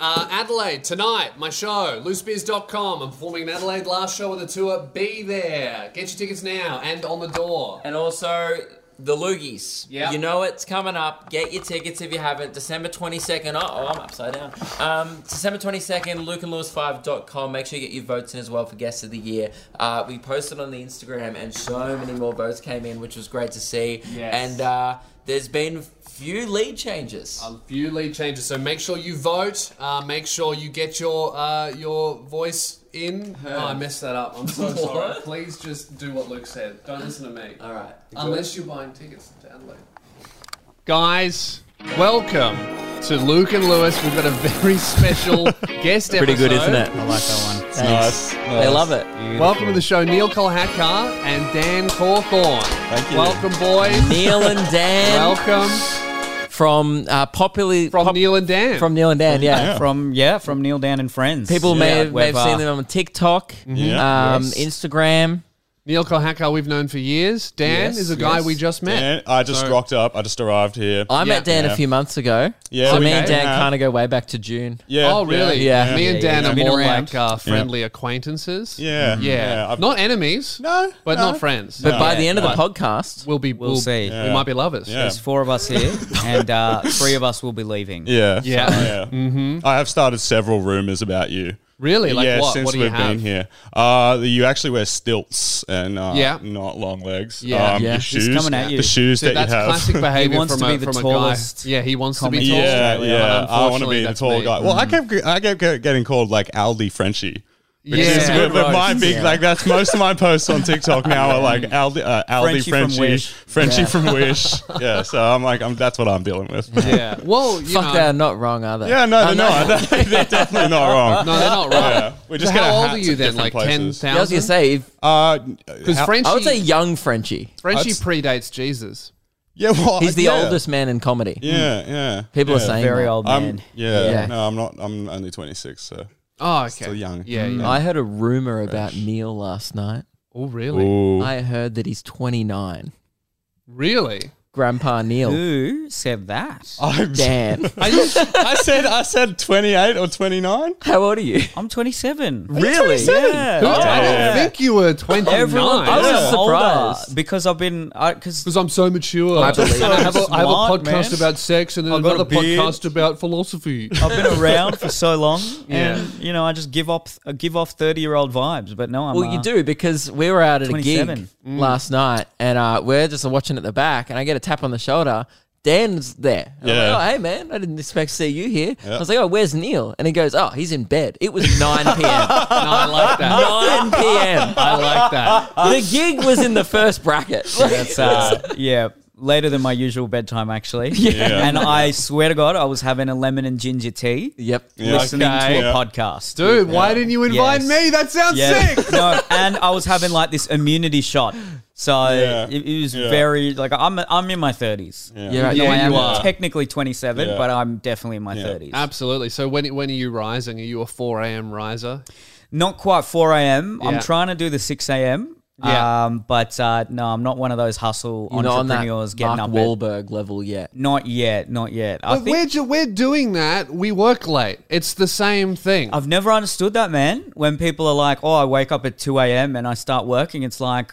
uh, Adelaide tonight, my show, loosebeers.com. I'm performing in Adelaide, last show of the tour. Be there. Get your tickets now and on the door. And also the Loogies. Yep. You know it's coming up. Get your tickets if you haven't. December 22nd. Oh, oh, I'm upside down. Um, December 22nd, lukeandlewis5.com. Make sure you get your votes in as well for Guest of the Year. Uh, we posted on the Instagram and so many more votes came in, which was great to see. Yes. And uh, there's been few lead changes. A Um, few lead changes, so make sure you vote. Uh, make sure you get your uh, your voice in. Oh, I messed that up. I'm so sorry. What? Please just do what Luke said. Don't listen to me. All right. Unless you're buying tickets to Adelaide. Guys, welcome to Luke and Lewis. We've got a very special guest Pretty good, episode. isn't it? I like that one. Nice. They love it. Welcome to the show, Neil Kolhatkar and Dan Cawthorne. Thank you. Welcome, boys. Neil and Dan Welcome from uh, popularly from pop- Neil and Dan. from Neil and Dan, yeah. From yeah, from Neil Dan and friends. People may, have, may have we've, seen uh, them on TikTok, Mm-hmm. Yeah. um, Instagram. Neil Kolhatkar, we've known for years. Dan Yes, is a guy yes. we just met. And I just So- rocked up. I just arrived here. I met Dan Yeah. a few months ago. Yeah, so we me and did. Dan Yeah. kind of go way back to June. yeah. oh, really? yeah, yeah, Me and yeah, Dan yeah. are Been more around. like uh, friendly acquaintances. Mm-hmm. Yeah. Yeah. I've- not enemies. No, But no. not friends. But No. by Yeah, the end of the right. podcast, we'll be. We'll see. We Yeah. might be lovers. Yeah. There's four of us here, and uh, three of us will be leaving. Yeah. Yeah. So, yeah. mm-hmm. I have started several rumors about you. Really? Like yeah, what? since what do you we've have? been here, uh, you actually wear stilts and uh, Yeah. not long legs. Yeah. um, Yeah. Your He's shoes, coming at you. The shoes Dude, that that's you have. classic behavior wants from, to a, be the from a tallest guy. Yeah, he wants to be comic tall. in yeah, Australia, yeah. I want to unfortunately, be the that's tall me. Mm. guy. Well, I kept I kept get- getting called like Aldi Frenchie. which Yeah. is good, but my roast. big Yeah. like that's most of my posts on TikTok now are like Aldi, uh, Aldi Frenchie from Frenchie, Wish. Frenchie from Wish. Yeah, so I'm like, I'm, that's what I'm dealing with. Yeah, Yeah. Well, you fuck, know, they are not wrong, are they? yeah no, I'm they're not. they're definitely not wrong. No, they're not right. Yeah, we're just so gonna how old hat are to you then? Like different ten places. I was gonna thousand? say, if, Uh, Because how- Frenchie, I would say young Frenchie. Frenchie That's- predates Jesus. yeah, well, He's the yeah. oldest man in comedy. Yeah, yeah. People yeah. are saying Very that. old I'm, man. Yeah, Yeah. no, I'm not. I'm only 26. So Oh, okay. Still young. Yeah. yeah. I heard a rumor about Neil last night. Oh, really? I heard that he's 29. Really? Grandpa Neil. Who said that? I'm, Dan, I, just, I said I said 28 or 29. how old are you? I'm 27. Really? Yeah. Who- I don't Yeah. think you were twenty Everyone I was thinks I'm nine. just older surprised. because I've been because Because I'm so mature. I believe And I have a, I have a Smart, podcast man. about sex and then I've got another a beard. podcast about philosophy. I've been around for so long, Yeah. and you know I just give up I give off 30 year old vibes. But no, I'm Well, you uh, do because we were out at a gig Mm. 27. Mm. last night, and uh, we're just watching at the back, and I get a tap on the shoulder. Dan's there. And I'm Yeah. like, oh, hey man, I didn't expect to see you here. I was like, oh, where's Neil? And he goes, oh, he's in bed. It was nine p.m. No, I like that. 9 p.m. I like that. The gig was in the first bracket. That's uh, yeah, later than my usual bedtime actually. Yeah. And I swear to God, I was having a lemon and ginger tea, yep. Yeah, listening okay. to Yeah. a podcast. Dude, why didn't you invite Yes. me? That sounds Yeah. sick. no, and I was having like this immunity shot. So Yeah. it, it was Yeah. very like I'm I'm in my 30s. You're right. No, Yeah, I am you are. Um, technically 27, Yeah. but I'm definitely in my Yeah. 30s. Absolutely. So when when are you rising? Are you a four AM riser? Not quite 4 a.m. Yeah. I'm trying to do the 6 a.m. Yeah. Um, but uh, no, I'm not one of those hustle You're not on that entrepreneurs Mark getting up. at- Wahlberg level yet. not yet, not yet. I But think we're ju- we're doing that. We work late. It's the same thing. I've never understood that, man. When people are like, "Oh, I wake up at 2 a.m. and I start working," it's like,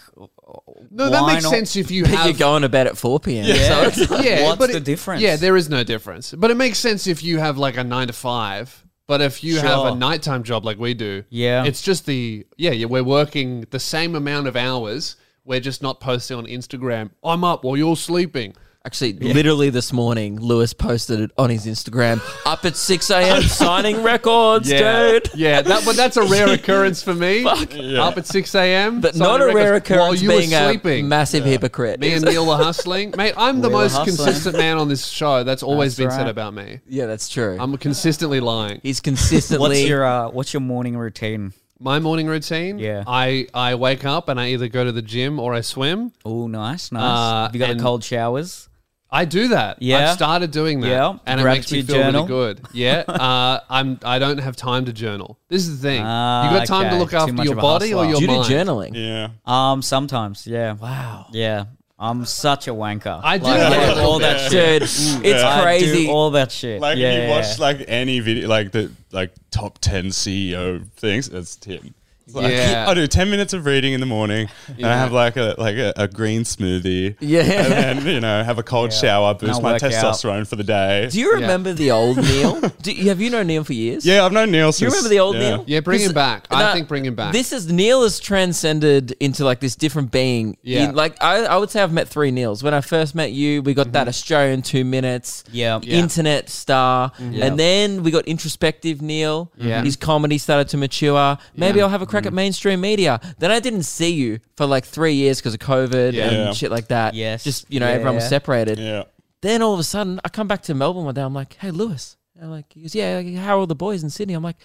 no, that why makes not- sense if you But you're have going to bed at 4 p.m. So it's yeah, What's but the it- difference? Yeah, there is no difference. But it makes sense if you have like a nine to five. But if you have a Sure. nighttime job like we do, Yeah. it's just the yeah, yeah, we're working the same amount of hours. We're just not posting on Instagram. I'm up while you're sleeping. Actually, literally this morning, Lewis posted it on his Instagram. Up at 6 a.m. signing records, dude. yeah, that but that's a rare occurrence for me. Up at six a.m. But signing not a rare records while occurrence you were being a sleeping. massive hypocrite. me and Neil were hustling, mate. I'm the We were most hustling. consistent man on this show. That's always That's been said right. about me. yeah, that's true. I'm consistently lying. He's consistently. What's your uh, what's your morning routine? My morning routine. Yeah. I I wake up and I either go to the gym or I swim. Oh, nice, nice. Uh, Have you got and- a cold showers? I do that. Yeah. I've started doing that. Yeah. And it makes me Gratitude feel really journal. good. Yeah. uh, I'm I don't have time to journal. This is the thing. Ah, you got time okay. to look Too after much your of a body or hustler. your do you do mind. journaling? Yeah. Um, sometimes, yeah. Wow. Yeah. I'm such a wanker. I do Like, that. do all that shit. Dude, it's I do crazy. all that shit. Like yeah, if yeah, you watch like any video, like the like top ten CEO things, that's him. It's Like, Yeah. I do ten minutes of reading in the morning, and I have like a like a, a green smoothie. Yeah. and then you know have a cold shower, boost I'll my work out. testosterone for the day. Do you remember the old Neil? Do, have you known Neil for years? yeah, I've known Neil. Do you since- remember the old yeah. Neil? Yeah, bring him 'Cause, back. I uh, think bring him back. This is Neil has transcended into like this different being. Yeah. In- like I, I would say I've met three Neils. When I first met you, we got Mm-hmm. that Australian two minutes, Yeah. Yeah. internet star, and then we got introspective Neil. Mm-hmm. Yeah. Mm-hmm. his comedy started to mature. Maybe I'll have a crack at mainstream media. Then I didn't see you for like three years because of COVID Yeah. and Yeah. shit like that. Yes. just you know Yeah, everyone was yeah. separated. Yeah. Then all of a sudden, I come back to Melbourne one day. I'm like, hey, Lewis. I'm like, he goes, yeah, how are all the boys in Sydney? I'm like,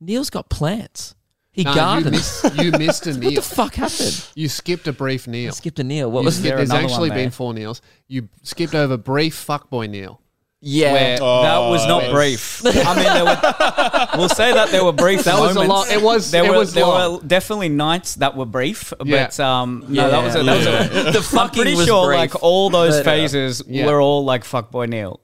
Neil's got plants. He No, you, gardens. missed, you missed a What the Neil. fuck happened? You skipped a brief Neil. I skipped a Neil. What You was skipped- it? there there's another one actually there? been four Neils. You skipped over brief fuckboy Neil. Yeah. Where- That Oh, was not that's- brief. I mean, there were, we'll say that there were brief That was moments. a lot. It was. There it were was there long. were definitely nights that were brief, Yeah. but um, no, that was a, that was a the fucking pretty was sure brief, like all those but, uh, phases Yeah. were all like fuckboy Neil.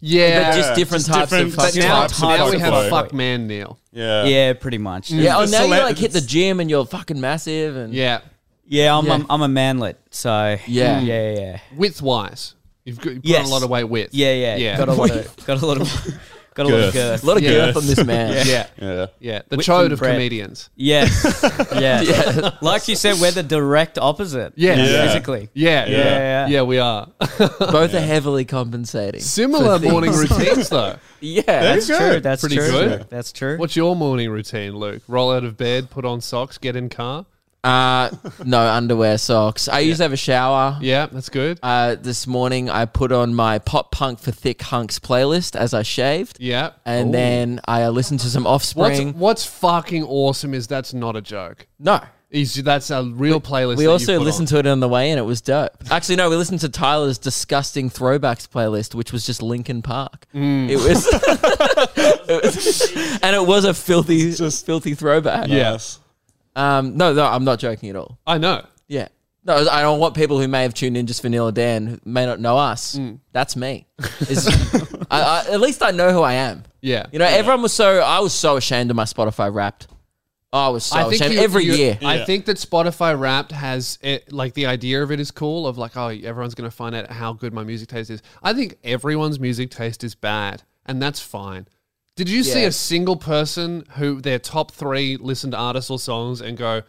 yeah, but just different just types different- of fucking But now, types of now we have fuckboy. fuck man Neil. Yeah. Yeah, pretty much. Yeah, Yeah. Oh, now you Select- like hit the gym and you're fucking massive and Yeah, I'm, Yeah. I'm I'm a manlet, so Yeah. yeah, yeah, yeah, width wise, you've got, you put on Yes. a lot of weight width. yeah, yeah. yeah, Got a lot of got a lot of got a lot of Girth. a girth. lot of Yeah. girth on this man. yeah, Yeah. yeah. The Width chode and of breadth. comedians. Yes, yes. Like you said, we're the direct opposite. Yes. Yeah. physically. Yeah, yeah, yeah. Yeah. we are Both are heavily compensating. similar morning routines though. Yeah. That's Pretty true. good. That's Pretty true. good. That's true. What's your morning routine, Luke? Roll out of bed, put on socks, get in car. Uh, no underwear, socks. I used to have a shower. Yeah, that's good. Uh, this morning I put on my pop punk for thick hunks playlist as I shaved, Yeah, and Ooh. then I listened to some what's Offspring. what's fucking awesome is that's not a joke. No, Is that's a real playlist. we also listened to it on the way, and it was dope. Actually, no, we listened to Tyler's disgusting throwbacks playlist, which was just Linkin Park. Mm. It, was it was- and it was a filthy, Just- filthy throwback. Yes. Um, no, no, I'm not joking at all. I know. Yeah. No, I don't want people who may have tuned in just for Neil or Dan who may not know us. Mm. That's me. It's- I, I, at least I know who I am. Yeah, You know, everyone was so I was so ashamed of my Spotify Wrapped. I was so ashamed you- every you- year. I Yeah. think that Spotify Wrapped has it, like the idea of it is cool. Of like, oh, everyone's going to find out how good my music taste is. I think everyone's music taste is bad, and that's fine. Did you see Yeah. a single person who their top three listened artists or songs and go,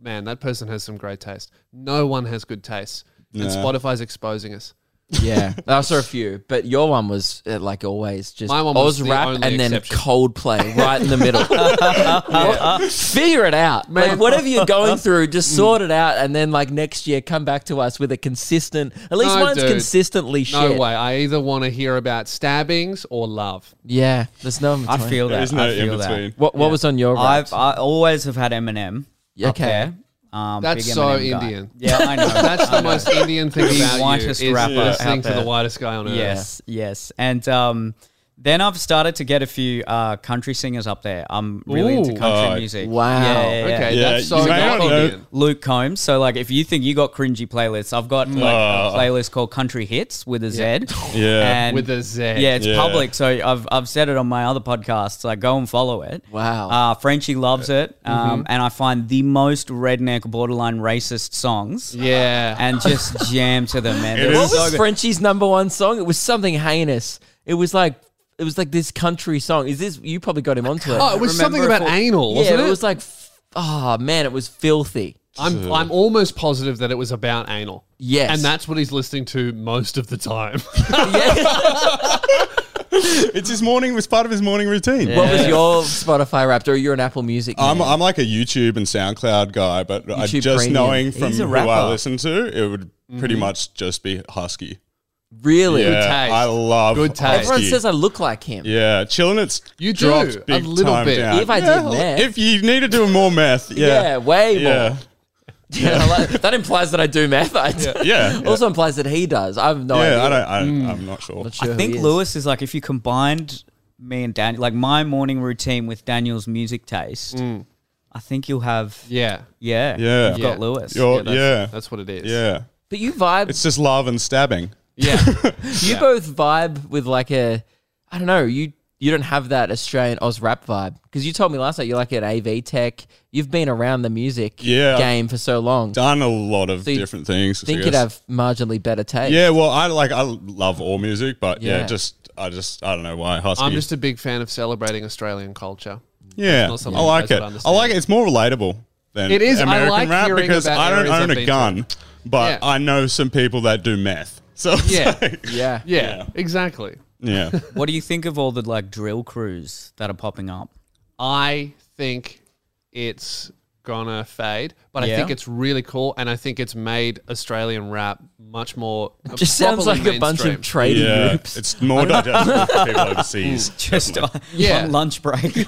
man, that person has some great taste? No one has good taste, and Nah. Spotify's exposing us. Yeah, I saw a few, but your one was uh, like always just My one was Oz the Rap only and then exception. Coldplay right in the middle. What? Figure it out, man. Like, whatever you're going through, just sort Mm. it out, and then like next year, come back to us with a consistent. At least No, mine's dude. consistently shit. No way. I either want to hear about stabbings or love. Yeah, there's no. in I between. feel that. There is no I feel in between. That. What What was on your? I've Wrapped? uh, I always have had Eminem. Yeah, up okay. there. Um, That's big so Eminem guy. Indian. Yeah, I know. That's the most Indian thing The about you whitest is rapper listening out to the there. whitest guy on earth. Yes, yes. And um, then I've started to get a few uh, country singers up there. I'm really into Ooh. country Oh, music. wow. Yeah, yeah, yeah. Okay, Yeah, that's so you may not not know- Indian. Luke Combs. So, like, if you think you got cringy playlists, I've got like a Oh. playlist called Country Hits with a Z. Yeah. And With a Z. Yeah, it's Yeah. public. So I've, I've said it on my other podcasts. Like, go and follow it. Wow. Uh, Frenchie loves it. Um, And I find the most redneck, borderline racist songs Yeah. and just jam to them, man. It They're is What so was good. Frenchie's number one song? It was something heinous. It was like it was like this country song. Is this you probably got him onto it? oh, it was something remember about anal, yeah, wasn't it it? was like f- oh man, it was filthy. I'm I'm almost positive that it was about anal. Yes. And that's what he's listening to most of the time. Yeah. It's his morning. It's part of his morning routine. what was your Spotify Wrapped or you're an Apple Music? I'm, man? I'm like a YouTube and SoundCloud guy, but I YouTube just Premium. knowing from He's a who rapper. I listen to, it would pretty much just be Husky. really. Yeah, I love Good taste. Everyone Husky. says I look like him. yeah, chilling. It's You do, dropped a big little time bit. down. If I did Yeah, meth. if you needed to do more meth, Yeah, yeah, way more. yeah, Yeah, like- that implies that I do math. I do. yeah, yeah. Also implies that he does. I have no idea. yeah I don't. I, I'm not sure. Not sure I who think he is. Lewis is like if you combined me and Daniel, like my morning routine with Daniel's music taste, I think you'll have yeah. yeah, Yeah. you've Yeah. got Lewis. You're- that's, yeah, That's what it is. yeah. But you vibe. It's just love and stabbing. Yeah. you both vibe with like a. I don't know. You you don't have that Australian Oz rap vibe because you told me last night you're like an AV tech. You've been around the music Yeah. game for so long. Done a lot of you different things. I think you'd guess. have marginally better taste. Yeah, well, I like I love all music, but yeah, Yeah. just I just I don't know why husky. I'm just a big fan of celebrating Australian culture. yeah, not something I like you guys it. would I understand. like it. It's more relatable than It is. I American like rap hearing because about I don't areas I've own been a gun, but Yeah. I know some people that do meth. So it's Yeah. like- Yeah. Yeah, Yeah. exactly. yeah. What do you think of all the like drill crews that are popping up? I think it's gonna fade, but I Yeah. think it's really cool, and I think it's made Australian rap much more. Just sounds like properly a bunch mainstream. of trading yeah, groups. it's more digestible for people overseas. Just on, Yeah. on lunch break.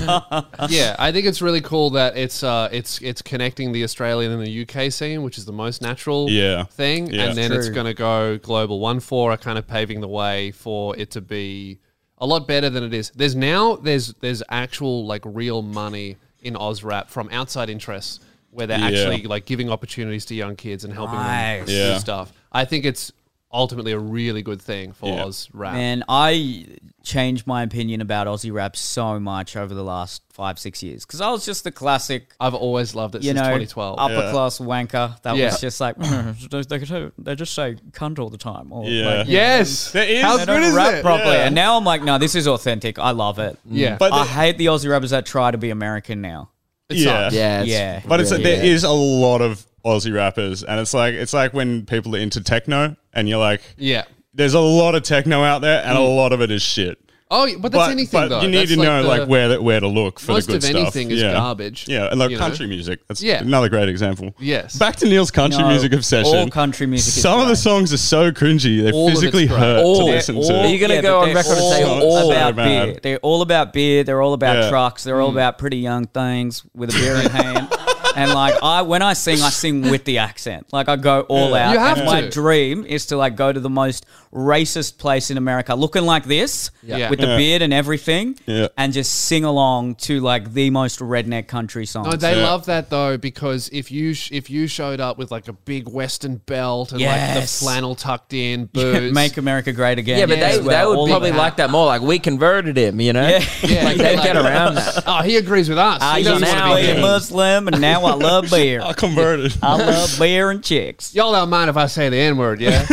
yeah, I think it's really cool that it's uh, it's it's connecting the Australian and the UK scene, which is the most natural Yeah. thing, Yeah. and then it's True. going to go global. One four are kind of paving the way for it to be a lot better than it is. There's now there's there's actual like real money in Oz rap from outside interests where they're Yeah. actually like giving opportunities to young kids and helping Nice. them Yeah. do stuff. I think it's ultimately a really good thing for Yeah. Oz rap. Man, I changed my opinion about Aussie rap so much over the last five, six years because I was just the classic, uh, I've always loved it you since know, 2012. upper class wanker that Yeah. was just like, "Mm, they, could- they just say cunt all the time. Or Yeah. like, you know, yes, There is- how They They good don't is rap it? properly. Yeah. And now I'm like, no, this is authentic. I love it. Yeah, But I the- hate the Aussie rappers that try to be American now. it yeah. sucks. yeah, Yeah. But it's yeah, there yeah. is a lot of Aussie rappers, and it's like it's like when people are into techno, and you're like, yeah. there's a lot of techno out there, and a Mm. lot of it is shit. Oh, yeah, but that's but, anything but though. you need That's to know the- like where that, where to look for most the good of stuff. anything is yeah. garbage, Yeah, and like you know? country music. That's Yeah. another great example. Yes. Back to Neil's country No, music obsession. all country music is Some of the great. songs are so cringy; they All of it's physically great. hurt All- to listen all- Are you to. gonna Yeah, go but on they're record and say all, all about bad. beer? They're all about beer. They're all about Yeah. trucks. They're all Hmm. about pretty young things with a beer in hand. And like I, when I sing, I sing with the accent. Like I go all out. You have and my to. dream is to like go to the most racist place in America, looking like this, Yeah. with the Yeah. beard and everything, Yeah. and just sing along to like the most redneck country songs. No, they Yeah. love that though because if you sh- if you showed up with like a big western belt and like the Yes. flannel tucked in boots, Make America Great Again. Yeah, but as they, they well, all would of probably that. like that more. Like we converted him, you know. yeah, like they're they get around that. Oh, he agrees with us. I he used doesn't to now want to be be a here. in- Muslim, and now I love beer. I converted. I love beer and chicks. Y'all don't mind if I say the n word, yeah?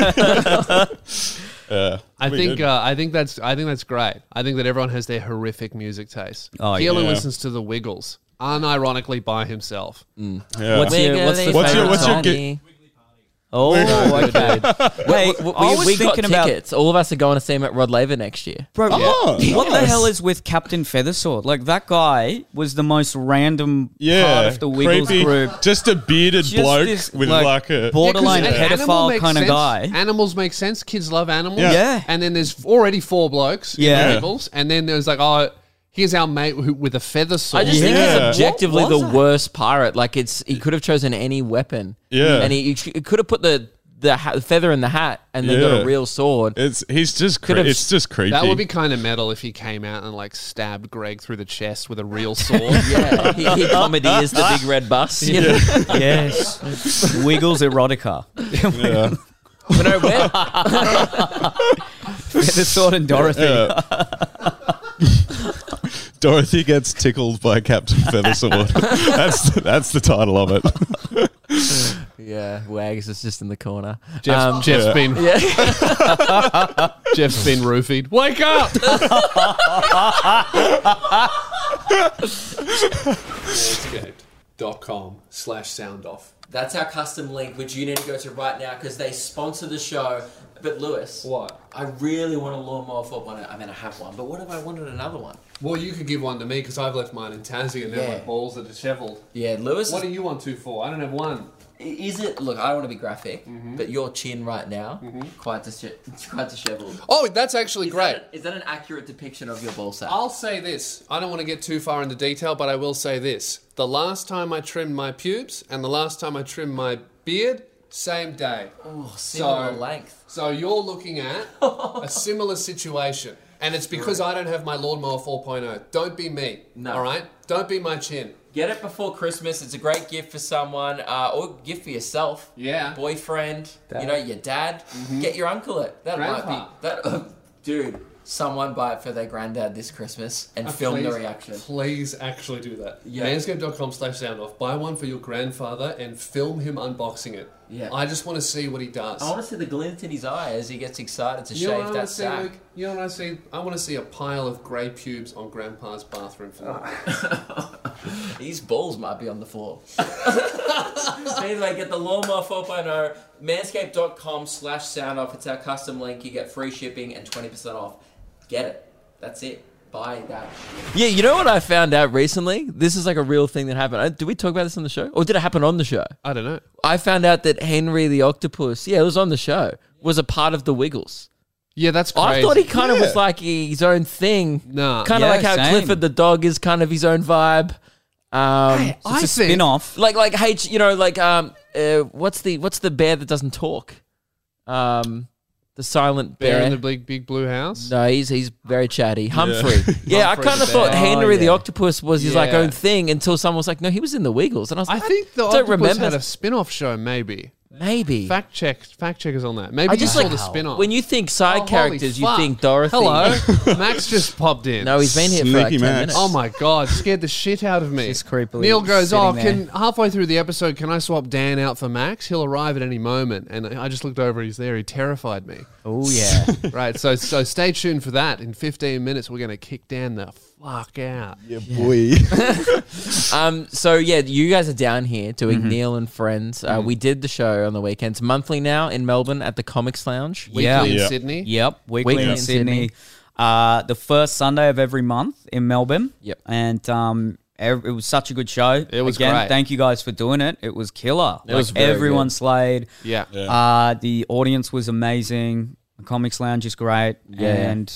Yeah, I we think did. uh, I think that's I think that's great. I think that everyone has their horrific music taste. Oh, Keelan yeah. listens to the Wiggles, unironically by himself. Yeah. what's your- what's the What's your- favorite what's your song? gi- Oh, okay. Wait, We, I was we thinking got about, tickets. All of us are going to see him at Rod Laver next year. bro. Oh, What the nice. hell is with Captain Feathersword? Like that guy was the most random part of the Wiggles creepy. group. Just a bearded Just bloke this, with like, like, a bald- Yeah, 'cause Borderline an animal pedophile makes kinda sense. guy. Animals make sense. Kids love animals. Yeah. Yeah. And then there's already four blokes. Yeah. Yeah. In Rebels, and then there's like, oh, here's our mate who, with a feather sword. I just think Yeah. he's objectively What was the that? worst pirate. Like it's he could have chosen any weapon. Yeah. and he, he could have put the the ha- feather in the hat and then got Yeah. a real sword. it's he's just cre- have- it's just creepy. that would be kind of metal if he came out and like stabbed Greg through the chest with a real sword. yeah, he, he comedy is the big red bus. You know? Yes, Wiggles erotica. yeah. But no, we're- Feathersword and Dorothy. Dorothy gets tickled by Captain Feathersword. that's that's the title of it. yeah, Wags is just in the corner. Jeff's, Um, Jeff's been Jeff's been roofied. Wake up! Escaped.com slash sound off. That's our custom link, which you need to go to right now because they sponsor the show. But Lewis, What? I really want a lawnmower 4.0. I mean, I have one, but what if I wanted another one? Well, you could give one to me because I've left mine in Tassie and Yeah. they're my balls are dishevelled. Yeah, Lewis. What are you on two for? I don't have one. Is it? Look, I don't want to be graphic, but your chin right now, quite dishe- quite disheveled. Oh, that's actually Is great. that- Is that an accurate depiction of your ball sack? I'll say this. I don't want to get too far into detail, but I will say this. The last time I trimmed my pubes and the last time I trimmed my beard, same day. Oh, similar length. So you're looking at a similar situation. And it's because I oh. don't have my lawnmower 4.0. Don't be me. No. All right? Don't be my chin. Get it before Christmas. It's a great gift for someone uh, or gift for yourself. Yeah. Boyfriend, you know, your dad. Mm-hmm. Get your uncle it. That might Grandpa. be. That, dude, someone buy it for their granddad this Christmas and film the reaction. Please actually do that. Yeah. Manscaped.com slash sound off. Buy one for your grandfather and film him unboxing it. Yeah. I just want to see what he does. I want to see the glint in his eye as he gets excited to you know what shave I want that to see, sack. Luke? You know what I see? I want to see a pile of grey pubes on Grandpa's bathroom floor. These balls might be on the floor. anyway, get the Lawnmower oh, 4.0, manscaped.com slash sound off. It's our custom link. You get free shipping and 20% off. Get it. That's it. Buy that. Yeah, you know what I found out recently? This is like a real thing that happened. Uh, Did we talk about this on the show? Or did it happen on the show? I don't know. I found out that Henry the Octopus, yeah, it was on the show, was a part of the Wiggles. Yeah, that's crazy. I thought he kind of was like his own thing. Nah. Kind of Yeah, like how same. Clifford the dog is kind of his own vibe. Um, I It's a spin off. like like H, you know, like um, uh, what's the what's the bear that doesn't talk? Um, the silent bear. Bear in the big, big blue house. no, he's he's very chatty. Humphrey. Yeah, I Humphrey kind the of thought bear. Henry Oh, the yeah. octopus was his like Yeah. own thing until someone was like, no, he was in the Wiggles, and I was I like, think the don't Octopus remember. had a spin-off show, maybe. maybe. Fact check, fact checkers on that. Maybe I just you saw like the spin-off. when you think side Oh, holy characters, you fuck. think Dorothy. Hello, Max just popped in. No, he's been here for like Sneaky ten Max. minutes. Oh my god, scared the shit out of me. Just creepily Neil goes, sitting "Oh, there." can halfway through the episode, can I swap Dan out for Max? He'll arrive at any moment." And I just looked over, he's there. He terrified me. Oh, yeah. right, so so stay tuned for that. In 15 minutes, we're gonna kick Dan the fuck out. Yeah, boy. Um, so yeah, you guys are down here doing Mm-hmm. Neil and Friends. Uh, We did the show on the weekends, monthly now in Melbourne at the Comics Lounge. Weekly Yeah. in Yeah. Sydney. Yep, weekly, Weekly in, in Sydney. Sydney. Uh, the first Sunday of every month in Melbourne. Yep. And um, ev- it was such a good show. It was Again, great. Thank you guys for doing it. It was killer. It was very everyone good. slayed. Yeah. Yeah. Uh, the audience was amazing. The Comics Lounge is great. And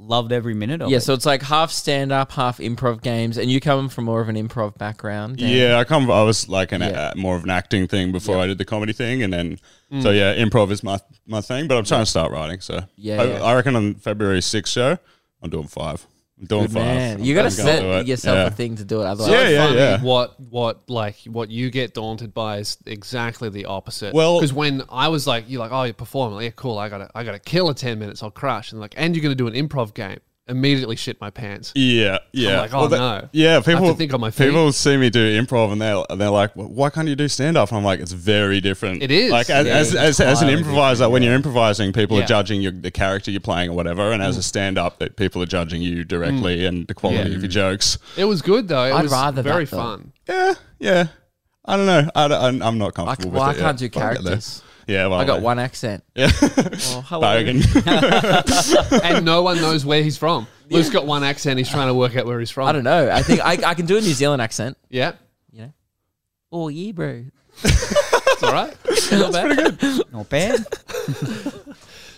loved every minute of Yeah, it. so it's like half stand up, half improv games, and you come from more of an improv background. Dan. yeah, I come. I was like an Yeah. Mm. uh, more of an acting thing before I did the comedy thing, and then so yeah, improv is my my thing. But I'm trying to start writing. So Yeah, I, yeah. I reckon on February 6th show, I'm doing five. I'm doing five. man, I'm you gotta gonna do set it. yourself Yeah. a thing to do it. Otherwise, Yeah, yeah, funny yeah. What what like what you get daunted by is exactly the opposite. Well- because when I was like, you're like, oh, you're performing, yeah, cool. I gotta I gotta kill a ten minutes, I'll crush, and like, and you're gonna do an improv game. Immediately shit my pants. Yeah, yeah. like, oh, no. Yeah, to people think on my feet. people see me do improv and they're and they're like, well, why can't you do stand up? I'm like, it's very different. It is. Like as Yeah, as, it's as, as an improviser, when you're improvising, people Yeah. are judging your, the character you're playing or whatever, and as a stand up, that people are judging you directly and the quality Yeah. of your jokes. It was good though. It I'd was rather that, very though. fun. Yeah, yeah. I don't know. I don't, I'm not I, comfortable well, I with it. can't yet, do but I'll get there. characters. Yeah, well, I got no. one accent. Yeah. Oh, hello. Bargain. and no one knows where he's from. Luke's got one accent. He's trying to work out where he's from. I don't know. I think I, I can do a New Zealand accent. Yeah, Oh yeah, bro. it's all right. Not bad.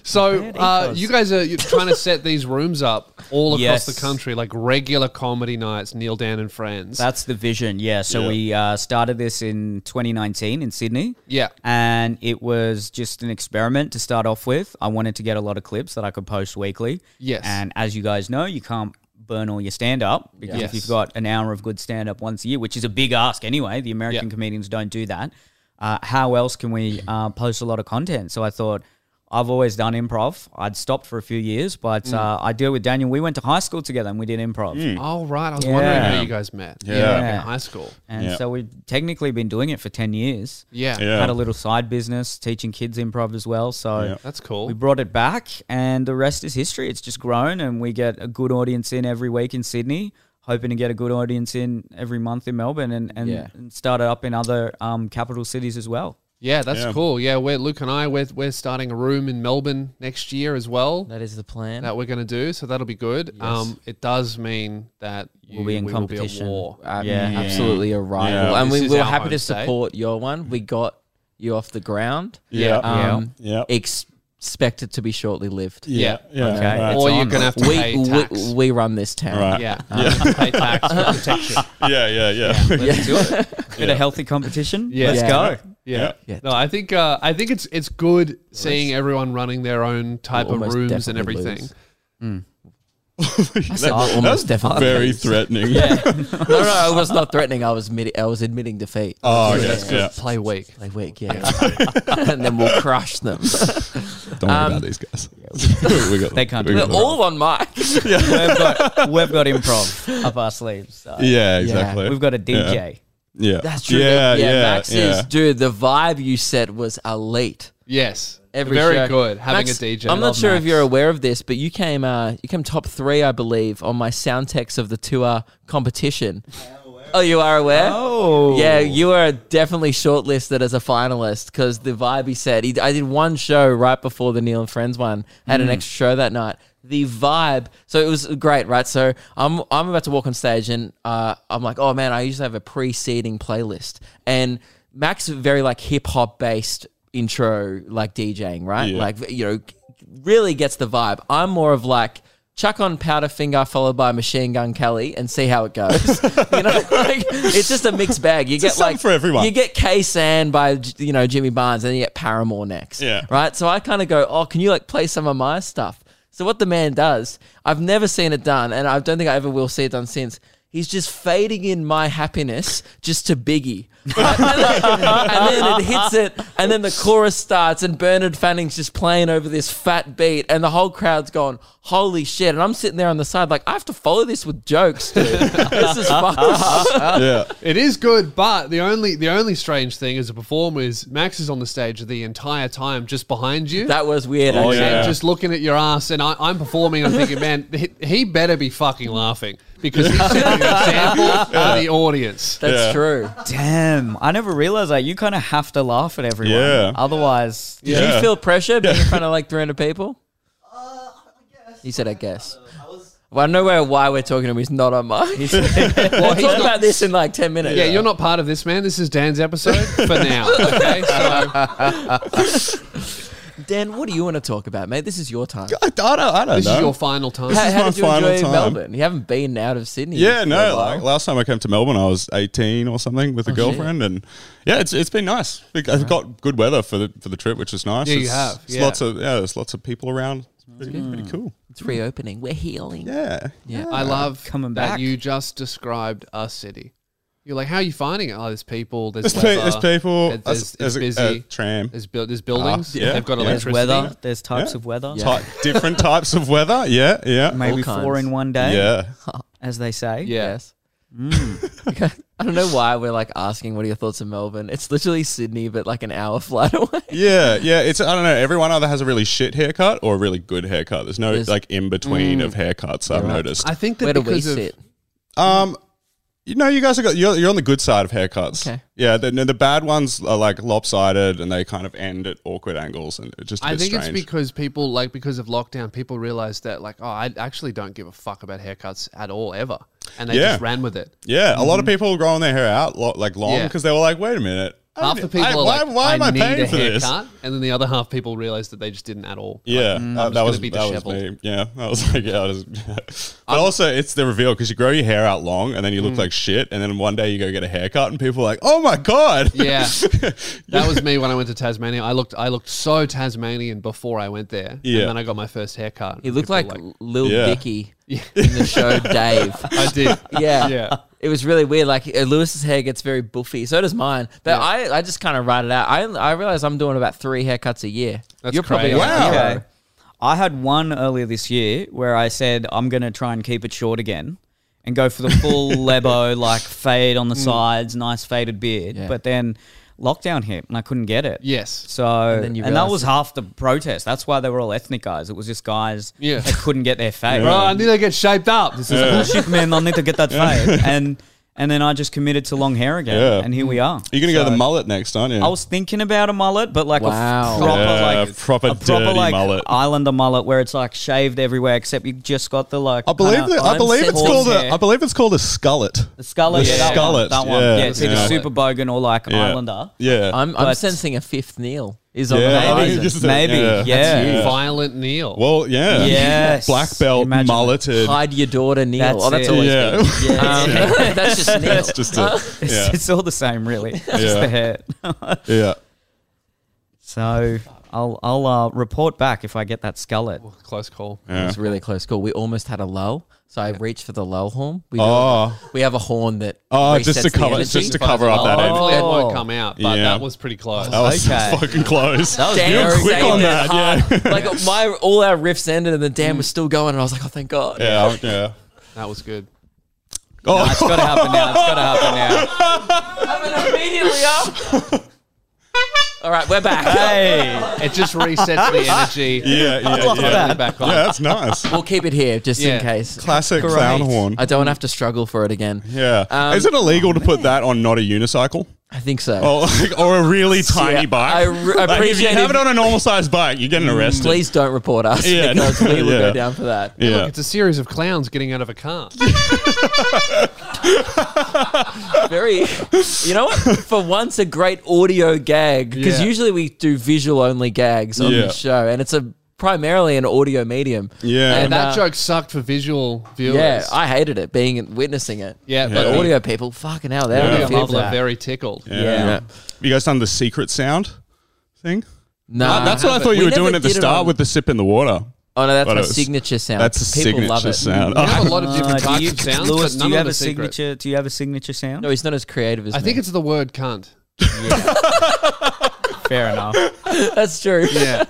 So Bad uh, ethos. you guys are you're trying to set these rooms up all across Yes. the country, like regular comedy nights, Neil Dan and friends. That's the vision. Yeah. So Yeah. we uh, started this in 2019 in Sydney. Yeah. And it was just an experiment to start off with. I wanted to get a lot of clips that I could post weekly. Yes. And as you guys know, you can't burn all your stand up because Yes. if you've got an hour of good stand up once a year, which is a big ask anyway, the American Yeah. comedians don't do that. Uh, how else can we uh, post a lot of content? So I thought, I've always done improv. I'd stopped for a few years, but Mm. uh, I deal with Daniel. We went to high school together and we did improv. oh right, I was wondering Yeah. how you guys met. Yeah. like in Yeah. high school. And Yeah. so we've technically been doing it for 10 years. Yeah, Yeah. Had a little side business teaching kids improv as well. So Yeah. that's cool. we brought it back, and the rest is history. It's just grown, and we get a good audience in every week in Sydney, hoping to get a good audience in every month in Melbourne and, and, Yeah. and start it up in other um, capital cities as well. yeah, that's Yeah. cool. Yeah, we're Luke and I we're we're starting a room in Melbourne next year as well. That is the plan. that we're going to do, so that'll be good. Um, it does mean that you, We'll be in we will be at competition. war. Um, Yeah. absolutely a rival. Yeah. And This we, is we were our happy home to state. support your one. We got you off the ground. Yeah. Um, Yeah. ex- Expect it to be shortly lived. yeah. Yeah. Okay. Right. or It's you're on. going to have to We, pay tax. we we run this town. Right. yeah, you have to pay tax for protection. Yeah. Yeah. Yeah. Let's do it. Bit of healthy competition. Yeah. Let's Yeah. go. Yeah. Yeah. No, I think uh, I think it's it's good seeing everyone running their own type We'll of almost rooms and definitely everything. lose. said almost that's definitely. very threatening. no, no, I was not threatening. I was admitting, I was admitting defeat. Oh, okay. yeah. Play weak. Play weak, yeah. and then we'll crush them. Don't worry about these guys. we got They can't we do got it. them. All on mic. we've got we've got improv up our sleeves. So. Yeah, exactly. We've got a DJ. Yeah, That's true. Yeah, yeah. Max yeah. is, dude, the vibe you set was elite. Yes. Every Very show. good. Having Max, a DJ. I'm not Love sure Max. if you're aware of this, but you came, uh, you came top three, I believe, on my sound techs of the tour competition. Oh, you are aware? Oh, Yeah, you are definitely shortlisted as a finalist because the vibe he said. He, I did one show right before the Neil and Friends one. I had an extra show that night. The vibe, so it was great, right? So I'm I'm about to walk on stage and uh, I'm like, oh man, I usually have a preceding playlist, and Max is very like hip hop based intro like DJing, right? Yeah. Like you know, really gets the vibe. I'm more of like. Chuck on Powderfinger followed by Machine Gun Kelly and see how it goes. you know, like, it's just a mixed bag. You get something like for everyone. You get K San by J- you know Jimmy Barnes, and then you get Paramore next. Yeah. Right. So I kind of go, oh, can you like play some of my stuff? So what the man does, I've never seen it done, and I don't think I ever will see it done since. He's just fading in my happiness just to Biggie. Right? and then it hits it, and then the chorus starts, and Bernard Fanning's just playing over this fat beat, and the whole crowd's going, Holy shit. And I'm sitting there on the side, like, I have to follow this with jokes, dude. this is fucked. yeah. It is good, but the only the only strange thing as a performer is Max is on the stage the entire time, just behind you. that was weird. Oh, actually. and yeah. just looking at your ass, and I, I'm performing. I'm thinking, man, he, he better be fucking laughing because he's setting an example for the audience. That's Yeah. true. Damn, I never realized that. You kind of have to laugh at everyone. Yeah. Otherwise, Did you Yeah. feel pressure being in front of like 300 people? Uh, I guess. He said, I guess. Well, I know where why we're talking to him. He's not on mic. we'll Well, he's talk not, about this in like 10 minutes. yeah, you're not part of this, man. This is Dan's episode for now. Okay, so Dan, what do you want to talk about, mate? This is your time. I, I don't, I don't this know. is your final time. How, is how my did you final enjoy time. Melbourne? You haven't been out of Sydney. Yeah, for a no. while. Like last time I came to Melbourne, I was 18 or something with a girlfriend, and yeah, it's it's been nice. We- I've got good weather for the for the trip, which is nice. Yeah, you It's- have, it's yeah. lots of yeah, there's lots of people around. It's pretty, pretty cool. it's reopening. We're healing. Yeah, Yeah. I love Coming that back. you just described a city. You're like, how are you finding it? Oh, there's people. There's, There's, pe- weather, there's people. There's, There's, there's, there's it's a, a busy. tram. there's, buil- there's buildings. yeah, They've got yeah. there's electricity. weather. There's types Yeah. of weather. Ty- different types of weather. Yeah, yeah, Maybe All four kinds. in one day, yeah. as they say. Yeah. Yes. Okay. I don't know why we're like asking what are your thoughts of Melbourne. It's literally Sydney, but like an hour flight away. Yeah, yeah. It's I don't know. Everyone either has a really shit haircut or a really good haircut. There's no There's- like in between of haircuts. I've noticed. Mm. I think that Where do we because of sit? Um, you know, you guys are got, you're, you're on the good side of haircuts. Okay. Yeah, the, no, the bad ones are like lopsided and they kind of end at awkward angles and it's just a I bit think strange. it's because people like because of lockdown, people realized that like, oh, I actually don't give a fuck about haircuts at all ever, and they Yeah. just ran with it. yeah, a lot of people growing their hair out lo- like long Mm-hmm. Yeah. because they were like, wait a minute. I Half don't- the people I- are why, like, why am I, need paying a for this? haircut, and then the other half people realized that they just didn't at all. Yeah, mm, uh, that gonna was be that was disheveled. me. Yeah, I was like, yeah, I was, but also it's the reveal because you grow your hair out long and then you look Mm. like shit, and then one day you go get a haircut and people are like, oh my god, Yeah, that was me when I went to Tasmania. I looked, I looked so Tasmanian before I went there. Yeah. and then I got my first haircut. He looked People like, were Lil Yeah. Dicky in the show Dave. I did. Yeah. Yeah. It was really weird. Like uh, Lewis's hair gets very buffy. So does mine. But I, I just kind of write it out. I, I realize I'm doing about three haircuts a year. That's You're probably crazy. like Wow. zero. Okay. I had one earlier this year where I said I'm going to try and keep it short again and go for the full lebo like fade on the sides, nice faded beard. Yeah. But then lockdown hit and I couldn't get it. Yes. So and, then you that realised was half the protest. That's why they were all ethnic guys. It was just guys Yeah. that couldn't get their fade. Bro, I need to get shaped up. This is It's like, "Oh, shit, man, I need to get that fade. And and then I just committed to long hair again. Yeah. And here we are. you're gonna go the mullet next, aren't you? I was thinking about a mullet, but like Wow. a f- proper Yeah, like proper a proper dirty like mullet. islander mullet where it's like shaved everywhere except you just got the like I believe kinda that, I believe it's unsettled called a hair. I believe it's called a skullet. the skullet, the yeah, that one, skullet, that one. yeah, Yeah, it's either yeah. super bogan or like Yeah. islander. Yeah. I'm, I'm But- sensing a fifth Neil is on Yeah, I the think horizon. it's just- Maybe, Yeah. yeah. Yeah. violent Neil. well, yeah. Yes. Black belt Imagine. mulleted. Hide your daughter, Neil. That's oh, that's it. always Yeah. good. Um, that's just Neil. It's just a, It's, yeah. it's all the same, really. It's Yeah. Just the hair. yeah. so I'll I'll uh, report back if I get that skullet. Close call. It's really close call. We almost had a lull, so I reached for the lull horn. We, do- Oh. we have a horn that Oh, just resets the to cover- energy. just to cover up that end. Hopefully it won't come out, but Yeah. that was pretty close. That was Okay. fucking close. was Damn, You were we're quick saying on that that, hard. Like my all our riffs ended and the dam was still going, and I was like, oh thank God. yeah, I'm- yeah. Oh, That was good. No, it's got to happen now. It's got to happen now. And then immediately up. all right, we're back. Hey, It just resets the energy. Yeah, yeah, yeah. Put it back on. Yeah, that's nice. We'll keep it here just Yeah. in case. Classic clown horn. I don't want to have to struggle for it again. Yeah. Um, Is it illegal to put that on not a unicycle? I think so. Or, like, or a really Oh, tiny Yeah, bike? I re- Like, if you appreciate have if- it on a normal sized bike, you're getting arrested. Please don't report us Yeah, no, because we will yeah. go down for that. Yeah. Look, it's a series of clowns getting out of a car. Very, you know what? For once, a great audio gag because Yeah. usually we do visual only gags on Yeah. this show, and it's a primarily an audio medium. Yeah. and That uh, joke sucked for visual viewers. Yeah, I hated it being witnessing it. Yeah, but but audio people, fucking hell, they audio don't feel people that. are very tickled. yeah. Have you guys done the secret sound thing? Nah, that's what I thought We you were never doing at the did it start on- with the sip in the water. Oh no, that's But my it was- signature sound. That's a people love signature it. sound. We have a lot of different Uh, do types you, of sounds, Lewis, but do none you of them have a are secret. signature? Do you have a signature sound? No, he's not as creative as I think me. it's the word cunt. Fair enough. that's true. Yeah.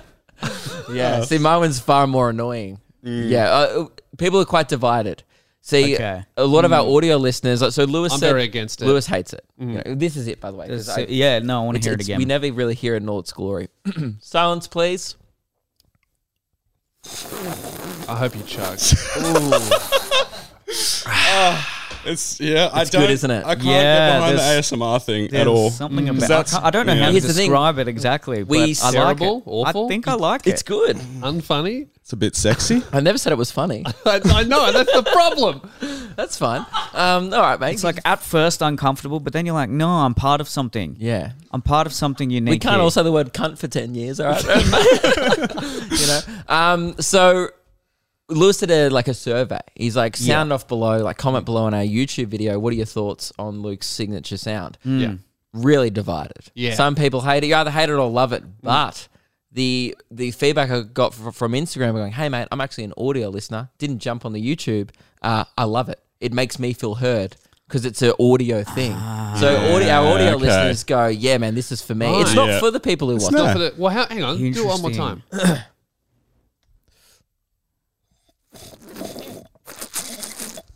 Yeah. See, my one's far more annoying. Mm. Yeah. Uh, people are quite divided. See, Okay. a lot of our Mm. audio listeners. like, So Lewis, I'm said- very against it. Lewis hates it. You know, this is it, by the way. 'cause I- yeah, no, I want to it's- hear it it's- again. We never really hear it in all its glory. Silence, please. I hope you chug. It's yeah. I It's good, don't- isn't it? I I can't can't get Yeah, behind get the behind there's- the ASMR thing There's at all. Something Mm. about. I, That's- can't- I don't know yeah. how to Here's the thing. describe it exactly. But We I like terrible, it. awful. I think I like It's it. good. Unfunny? It's a bit sexy. I never said it was funny. I, I know, that's the problem. That's fine. Um, all right, mate. It's like at first uncomfortable, but then you're like, no, I'm part of something. yeah. I'm part of something unique. We can't here. all say the word cunt for 10 years, all right? you know? Um, so Lewis did a, like a survey. He's like, sound off below, like comment below on our YouTube video. What are your thoughts on Luke's signature sound? Hmm. Yeah. Really divided. Yeah. Some people hate it. You either hate it or love Mm. it. But the the feedback I got fr- from Instagram going, hey, mate, I'm actually an audio listener. Didn't jump on the YouTube. Uh, I love it. It makes me feel heard. Because it's an audio thing, so audio, our audio Ah. Yeah, okay. listeners go, "Yeah, man, this is for me." It's not Yeah. for the people who watch. not. it. Not for the- well, how, hang on. Do it one more Interesting. time.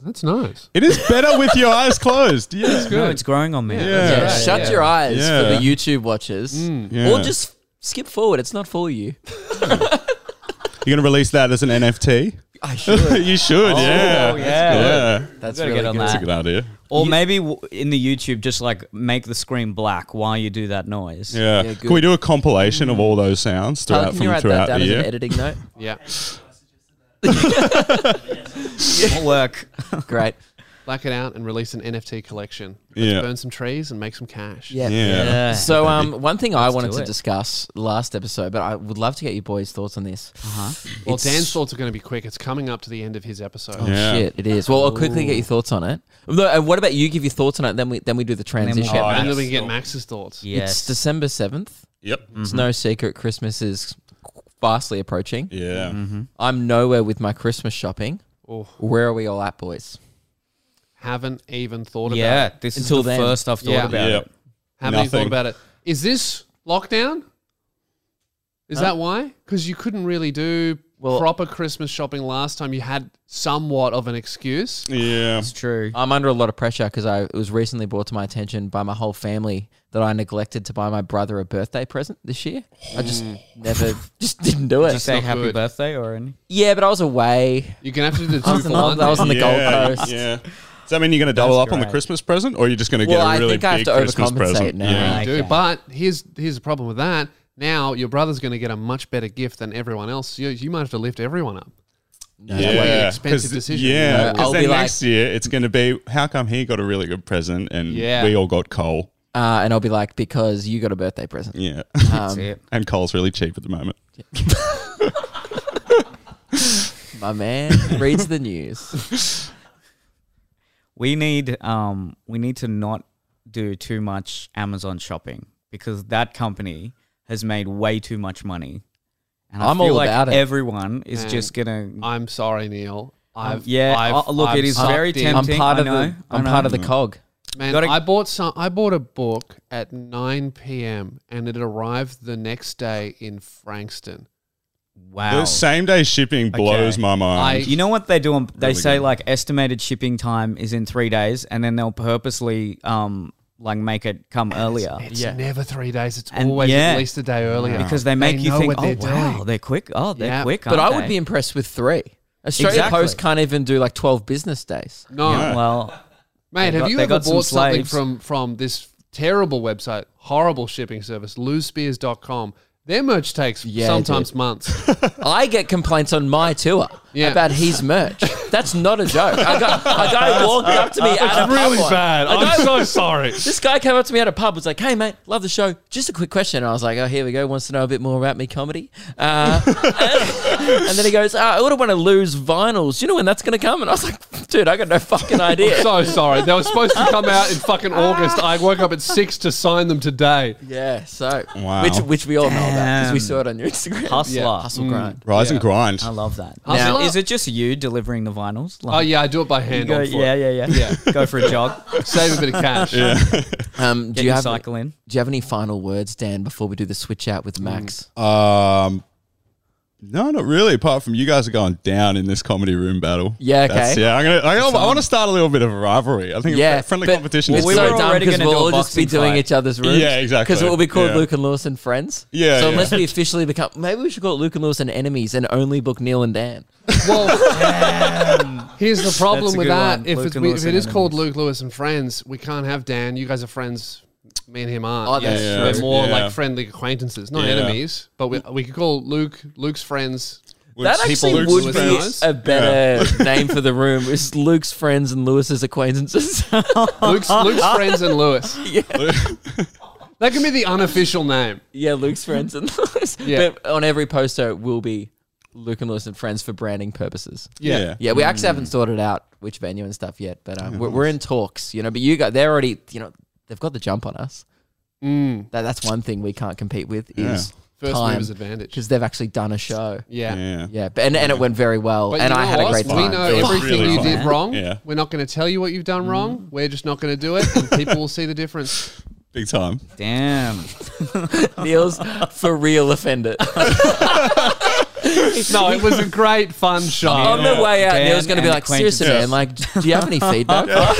That's nice. It is better with your eyes closed. Yeah. No, it's growing on me. Yeah. Yeah, Right, shut yeah. your eyes for Yeah. Mm. the YouTube watchers, Yeah. or just skip forward. It's not for you. You're gonna release that as an NFT. I should. you should. yeah. yeah. Yeah. That's Gotta really get on good. That's that. a good idea. Or maybe w- in the YouTube, just like make the screen black while you do that noise. Yeah. Yeah, Can we do a compilation of all those sounds Tyler, throughout can you from write that throughout the down as an year? editing note? Yeah. It'll work. Great. Black it out and release an NFT collection. Let's Yeah. burn some trees and make some cash. Yeah. Yeah. Yeah. So, um, one thing I wanted do to it. discuss last episode, but I would love to get your boys' thoughts on this. Well, Dan's thoughts are going to be quick. It's coming up to the end of his episode. Yeah. Oh, Shit, it is. Well, I'll quickly get your thoughts on it. No, and what about you? Give your thoughts on it, then we then we do the we'll- transition. Oh, And then Nice. we can get Max's thoughts. It's December seventh. Yep. It's no secret Christmas is fastly approaching. Yeah. Mm-hmm. I'm nowhere with my Christmas shopping. Oh. Where are we all at, boys? Haven't even thought about yeah. it. This Until is the then. first I've thought Yeah. about Yeah. it. Haven't even thought Nothing. about it. Is this lockdown? Is that why? Because you couldn't really do Well- proper Christmas shopping last time. You had somewhat of an excuse. Yeah. It's true. I'm under a lot of pressure because I it was recently brought to my attention by my whole family that I neglected to buy my brother a birthday present this year. I just never, just didn't do Did you it. say not happy good. birthday or any? Yeah, but I was away. You're gonna have to do the I two was, for in, I one. was on the yeah. Gold Coast. Yeah. Does that mean you're going to double up on the great. Christmas present, or you're just going to get Well, a I really think I have big to Christmas overcompensate present? now. Yeah. You do, Okay. but here's here's the problem with that. Now your brother's going to get a much better gift than everyone else. You, you might have to lift everyone up. yeah. like an expensive 'Cause- decision. Yeah. I'll Because then be like- next year it's going to be how come he got a really good present and Yeah. we all got coal? Uh, and I'll be like, because you got a birthday present. Uh. Yeah. Um, That's it. and coal's really cheap at the moment. My man reads the news. We need um we need to not do too much Amazon shopping because that company has made way too much money. And I'm all about it. Everyone is Man. just gonna. I'm sorry, Neil. I've yeah, I've, uh, look, it is sucked very in. tempting. I'm part I of know, the. I I'm know. part of the cog. Man, Gotta- I bought some. I bought a book at 9 p.m. and it arrived the next day in Frankston. Wow. The same day shipping blows my mind. I- You know what they do? on- They Really say good. like estimated shipping time is in three days, and then they'll purposely um like make it come earlier It's Yeah. never three days. It's Uh, And always yeah. at least a day earlier because they make you know think, what oh they're wow, doing. they're quick. Oh, they're Yeah. quick. But I aren't would they? be impressed with three. Australia Exactly. Post can't even do like twelve business days. No, Well, mate, They have got- you they ever got some bought something slaves. from from this terrible website, horrible shipping service, losespears.com? Their merch takes Yeah, sometimes dude. months. I get complaints on my tour Yeah. about his merch. That's not a joke. A guy, a guy walked up to me at a pub one- A guy so sorry. This guy came up to me at a pub, was like, "Hey, mate, love the show. Just a quick question." And I was like, "Oh, here we go. Wants to know a bit more about me comedy." Uh, and, then he goes, "Ah, "I would want to lose vinyls. You know when that's going to come?" And I was like, "Dude, I got no fucking idea." So sorry. They were supposed to come out in fucking August. I woke up at six to sign them today. yeah, so Wow. which which we all know about because we Damn. saw it on your Instagram. hustler. Mm. Yeah. Hustle grind. Rise and grind. I love that. Hustler. Now, is it just you delivering the vinyls? Oh Like, yeah, I do it by hand. go, on foot. yeah, yeah, yeah, Yeah. go for a jog. Save a bit of cash. Um, do Get you your have cycle in. Do you have any final words, Dan, before we do the switch out with Max? Um, no, not really. Apart from you guys are going down in this comedy room battle. Yeah, okay. That's- yeah, I'm gonna. I, I want to start a little bit of a rivalry. I think yeah, yeah, friendly but competition. It's is we good. so were dumb already because gonna we'll do a all just be boxing doing fight. each other's rooms. Yeah, exactly. Because it will be called Yeah. Luke and Lewis and Friends. Yeah, So yeah. unless we officially become, maybe we should call it Luke and Lewis and Enemies and only book Neil and Dan. Well, here's the That's problem a with good that. one. If, Luke it's, and we- Lewis if it and is called enemies. Luke Lewis and friends, we can't have Dan. You guys are friends. Me and him aren't. Oh, that's Yes, true. We're more Yeah. like friendly acquaintances, not Yeah. enemies. But we, we could call Luke Luke's friends. That actually Luke's would be friends. a better name for the room. Is Luke's friends and Lewis's acquaintances? Luke's, Luke's friends and Lewis. Luke- That can be the unofficial name. yeah, Luke's friends and Lewis. Yeah. But on every poster it will be Luke and Lewis and Friends for branding purposes. Yeah. yeah. Yeah, we actually Hmm. haven't sorted out which venue and stuff yet, but Oh, um, we're, we're in talks, you know. But you guys, they're already, you know, they've got the jump on us. Mm. That, that's one thing we can't compete with Yeah. is First time mover's advantage. because they've actually done a show. Yeah. Yeah. Yeah, but, and, and it went very well, But and you I know had a us, great time. We know It was everything really you fun. did wrong. Yeah. Mm. We're not going to tell you what you've done wrong. We're just not going to do it, and people will see the difference. Big time. Damn. Neil's for real offended. No, it was a great fun show. On the way out, Dan Neil's going to be and like, seriously, man, acquaintances." like, do you have any feedback? um,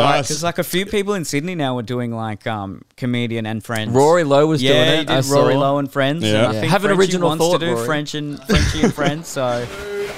all right, Nice. Because like a few people in Sydney now are doing like um comedian and friends. Rory Lowe was yeah, doing he it. did I saw. Rory Lowe and friends. Yeah. And I Yeah. think Have an Frenchie original wants thought, to do Rory. French and Frenchie and friends. So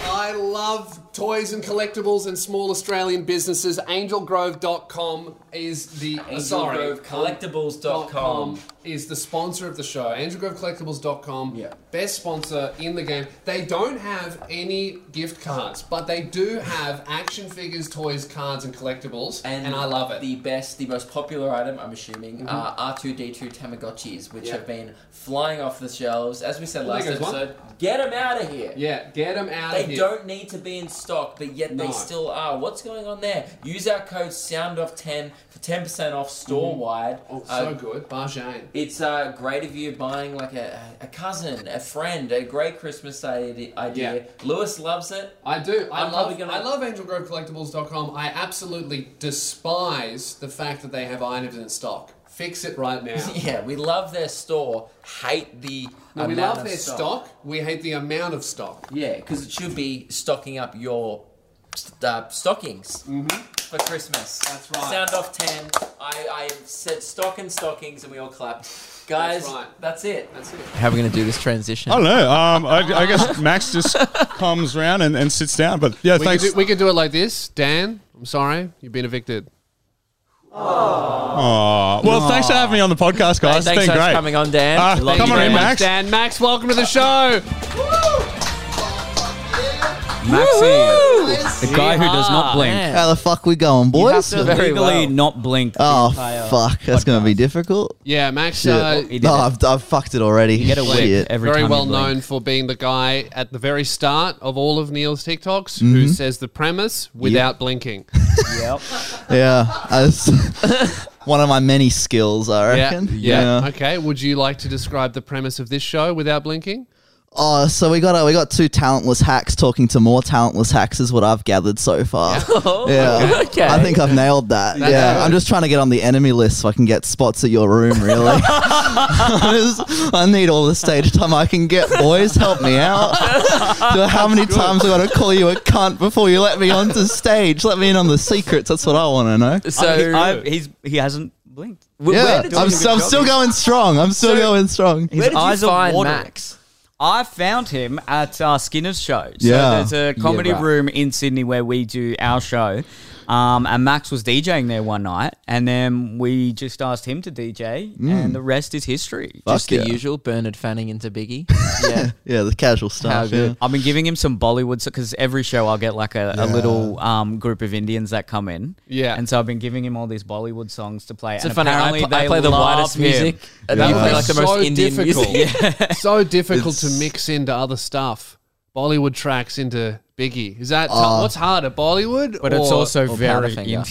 I love toys and collectibles and small Australian businesses. AngelGrove.com is the sorry, AngelGroveCollectibles.com. is the sponsor of the show. AngelGroveCollectibles.com, Yeah. best sponsor in the game. They don't have any gift cards, but they do have action figures, toys, cards, and collectibles, and, I love it. Mm-hmm. The best, the most popular item, I'm assuming, are R2D2 Tamagotchis, which Yeah. have been flying off the shelves. As we said Well, last there goes one. episode, get them out of here. yeah, get them out They of here. don't need to be in stock, but yet they No. still are. What's going on there? Use our code SOUNDOFF10 for 10% off store wide. Mm-hmm. Oh, so Uh, good, Barjane. It's uh, great of you buying like a, a cousin, a friend, a great Christmas ide- idea. Lewis loves it. I do. I I'm probably love. gonna- I love AngelGroveCollectibles.com. I absolutely despise the fact that they have items in stock. Fix it right now. Yeah, we love their store. Hate the. No, we amount love of their stock. We hate the amount of stock. Yeah, because it should be stocking up your st- uh, stockings for Christmas. Mm-hmm. That's right. Sound off ten. I, I said stock and stockings, and we all clapped. Guys, that's, right. it. That's it. how are we going to do this transition? Oh, I don't know. Um, I, I guess Max just comes round and, and sits down. But yeah, We could, thanks. do, we could do it like this, Dan. I'm sorry, you've been evicted. Aw. well, thanks for having me on the podcast, guys. Thanks it's for been great. coming on, Dan. Ah, Love come you, on in, Dan. Max. Dan, Max, welcome to the show. Maxi, the guy who does not blink. Man. How the fuck we going, boys? have to- Very legally well. not blink. the oh entire- fuck, that's gonna be difficult. Yeah, Max. Shit. Uh, He did no, it. I've, I've fucked it already. You get a wig Shit. every very time you well blink. known for being the guy at the very start of all of Neil's TikToks Mm-hmm. who says the premise without blinking. Yep. Yeah, I, was- one of my many skills, I Yeah, reckon. yeah. Okay. Would you like to describe the premise of this show without blinking? Oh, so we got uh, we got two talentless hacks talking to more talentless hacks is what I've gathered so far. yeah, okay. I think I've nailed that. yeah, I'm just trying to get on the enemy list so I can get spots at your room. Really, I, just- I need all the stage time I can get. Boys, help me out. Do- How many times I got to call you a cunt before you let me onto stage? Let me in on the secrets. That's what I want to know. So I, he's he hasn't blinked. wh- yeah, where did I'm, you, s- I'm still going strong. I'm still going strong. where did you eyes are find watering. Max? I found him at uh, Skinner's show. So Yeah. there's a comedy Yeah, right. room in Sydney where we do our show. Um, and Max was DJing there one night, and then we just asked him to DJ, and the rest is history. Hmm. Fuck Just the yeah. usual Bernard Fanning into Biggie. yeah. Yeah, the casual How stuff. good. Yeah. I've been giving him some Bollywood because every show I'll get like a, a little um, group of Indians that come in. Yeah. and so I've been giving him all these Bollywood songs to play. It's and funny. I, apparently pl- I they play the love widest him. music, and Uh, Yeah. you play It's like the most Indian music. so difficult to It's- mix into other stuff. Bollywood tracks into Biggie. Is that Uh, what's harder, Bollywood? but it's or- also or very Powderfinger. Indian.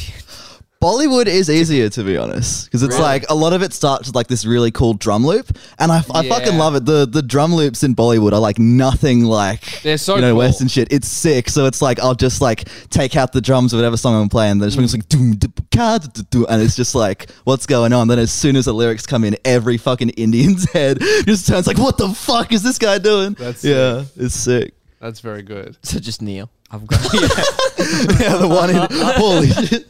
Bollywood is easier to be honest because it's like a lot of it starts with like this really cool drum loop, and I, I fucking Yeah. love it. The the drum loops in Bollywood are like nothing like They're so you know cool. Western shit. It's sick. So it's like I'll just like take out the drums of whatever song I'm playing, and then it's like doom, dip, ka, du, du, du, and it's just like what's going on. Then as soon as the lyrics come in, every fucking Indian's head just turns like what the fuck is this guy doing? That's yeah, it's sick. that's very good. So just kneel. I've got yeah. yeah, the one in holy shit.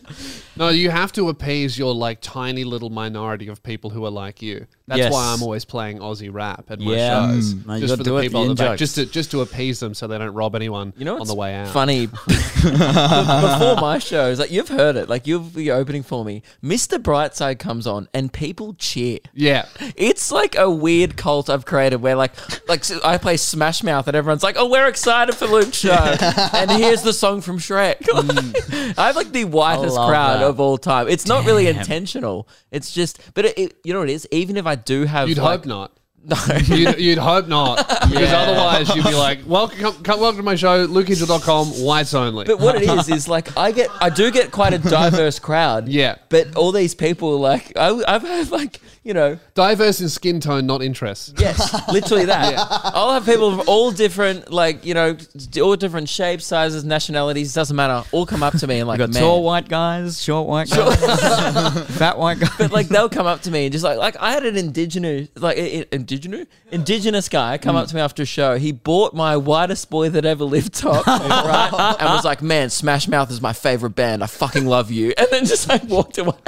No, you have to appease your like tiny little minority of people who are like you. That's Yes. why I'm always playing Aussie rap at my Yeah. shows, Mm. No, you just gotta for do the it, people the on the back, in-jokes. just to just to appease them so they don't rob anyone. You know, on what's the way out. funny. Before my shows, like you've heard it, like you've you're opening for me. Mr. Brightside comes on, and people cheer. Yeah, It's like a weird cult I've created where, like, like so I play Smash Mouth, and everyone's like, "Oh, we're excited for Luke's show," and here's the song from Shrek. I have like the whitest Mm. love crowd that. of all time. It's not really intentional. It's just, but it, it- you know what it is. Even if I do have, you'd like, hope not. No, You'd, you'd hope not, because otherwise you'd be like, "Welcome, come, come, welcome to my show, LukeHitchell.com, whites only." But what it is is like I get, I do get quite a diverse crowd. Yeah. But all these people, like I, I've had like you know, Diverse in skin tone, not interest. yes, literally that. I'll have people of all different, like you know, d- all different shapes, sizes, nationalities. Doesn't matter. All come up to me and like, I've got man. tall white guys, short white guys, fat white guys. but like they'll come up to me and just like like I had an indigenous like i- i- indigenous indigenous guy come Mm. up to me after a show. He bought my whitest boy that ever lived top, right? And was like, "Man, Smash Mouth is my favorite band. I fucking love you." And then just like walked away.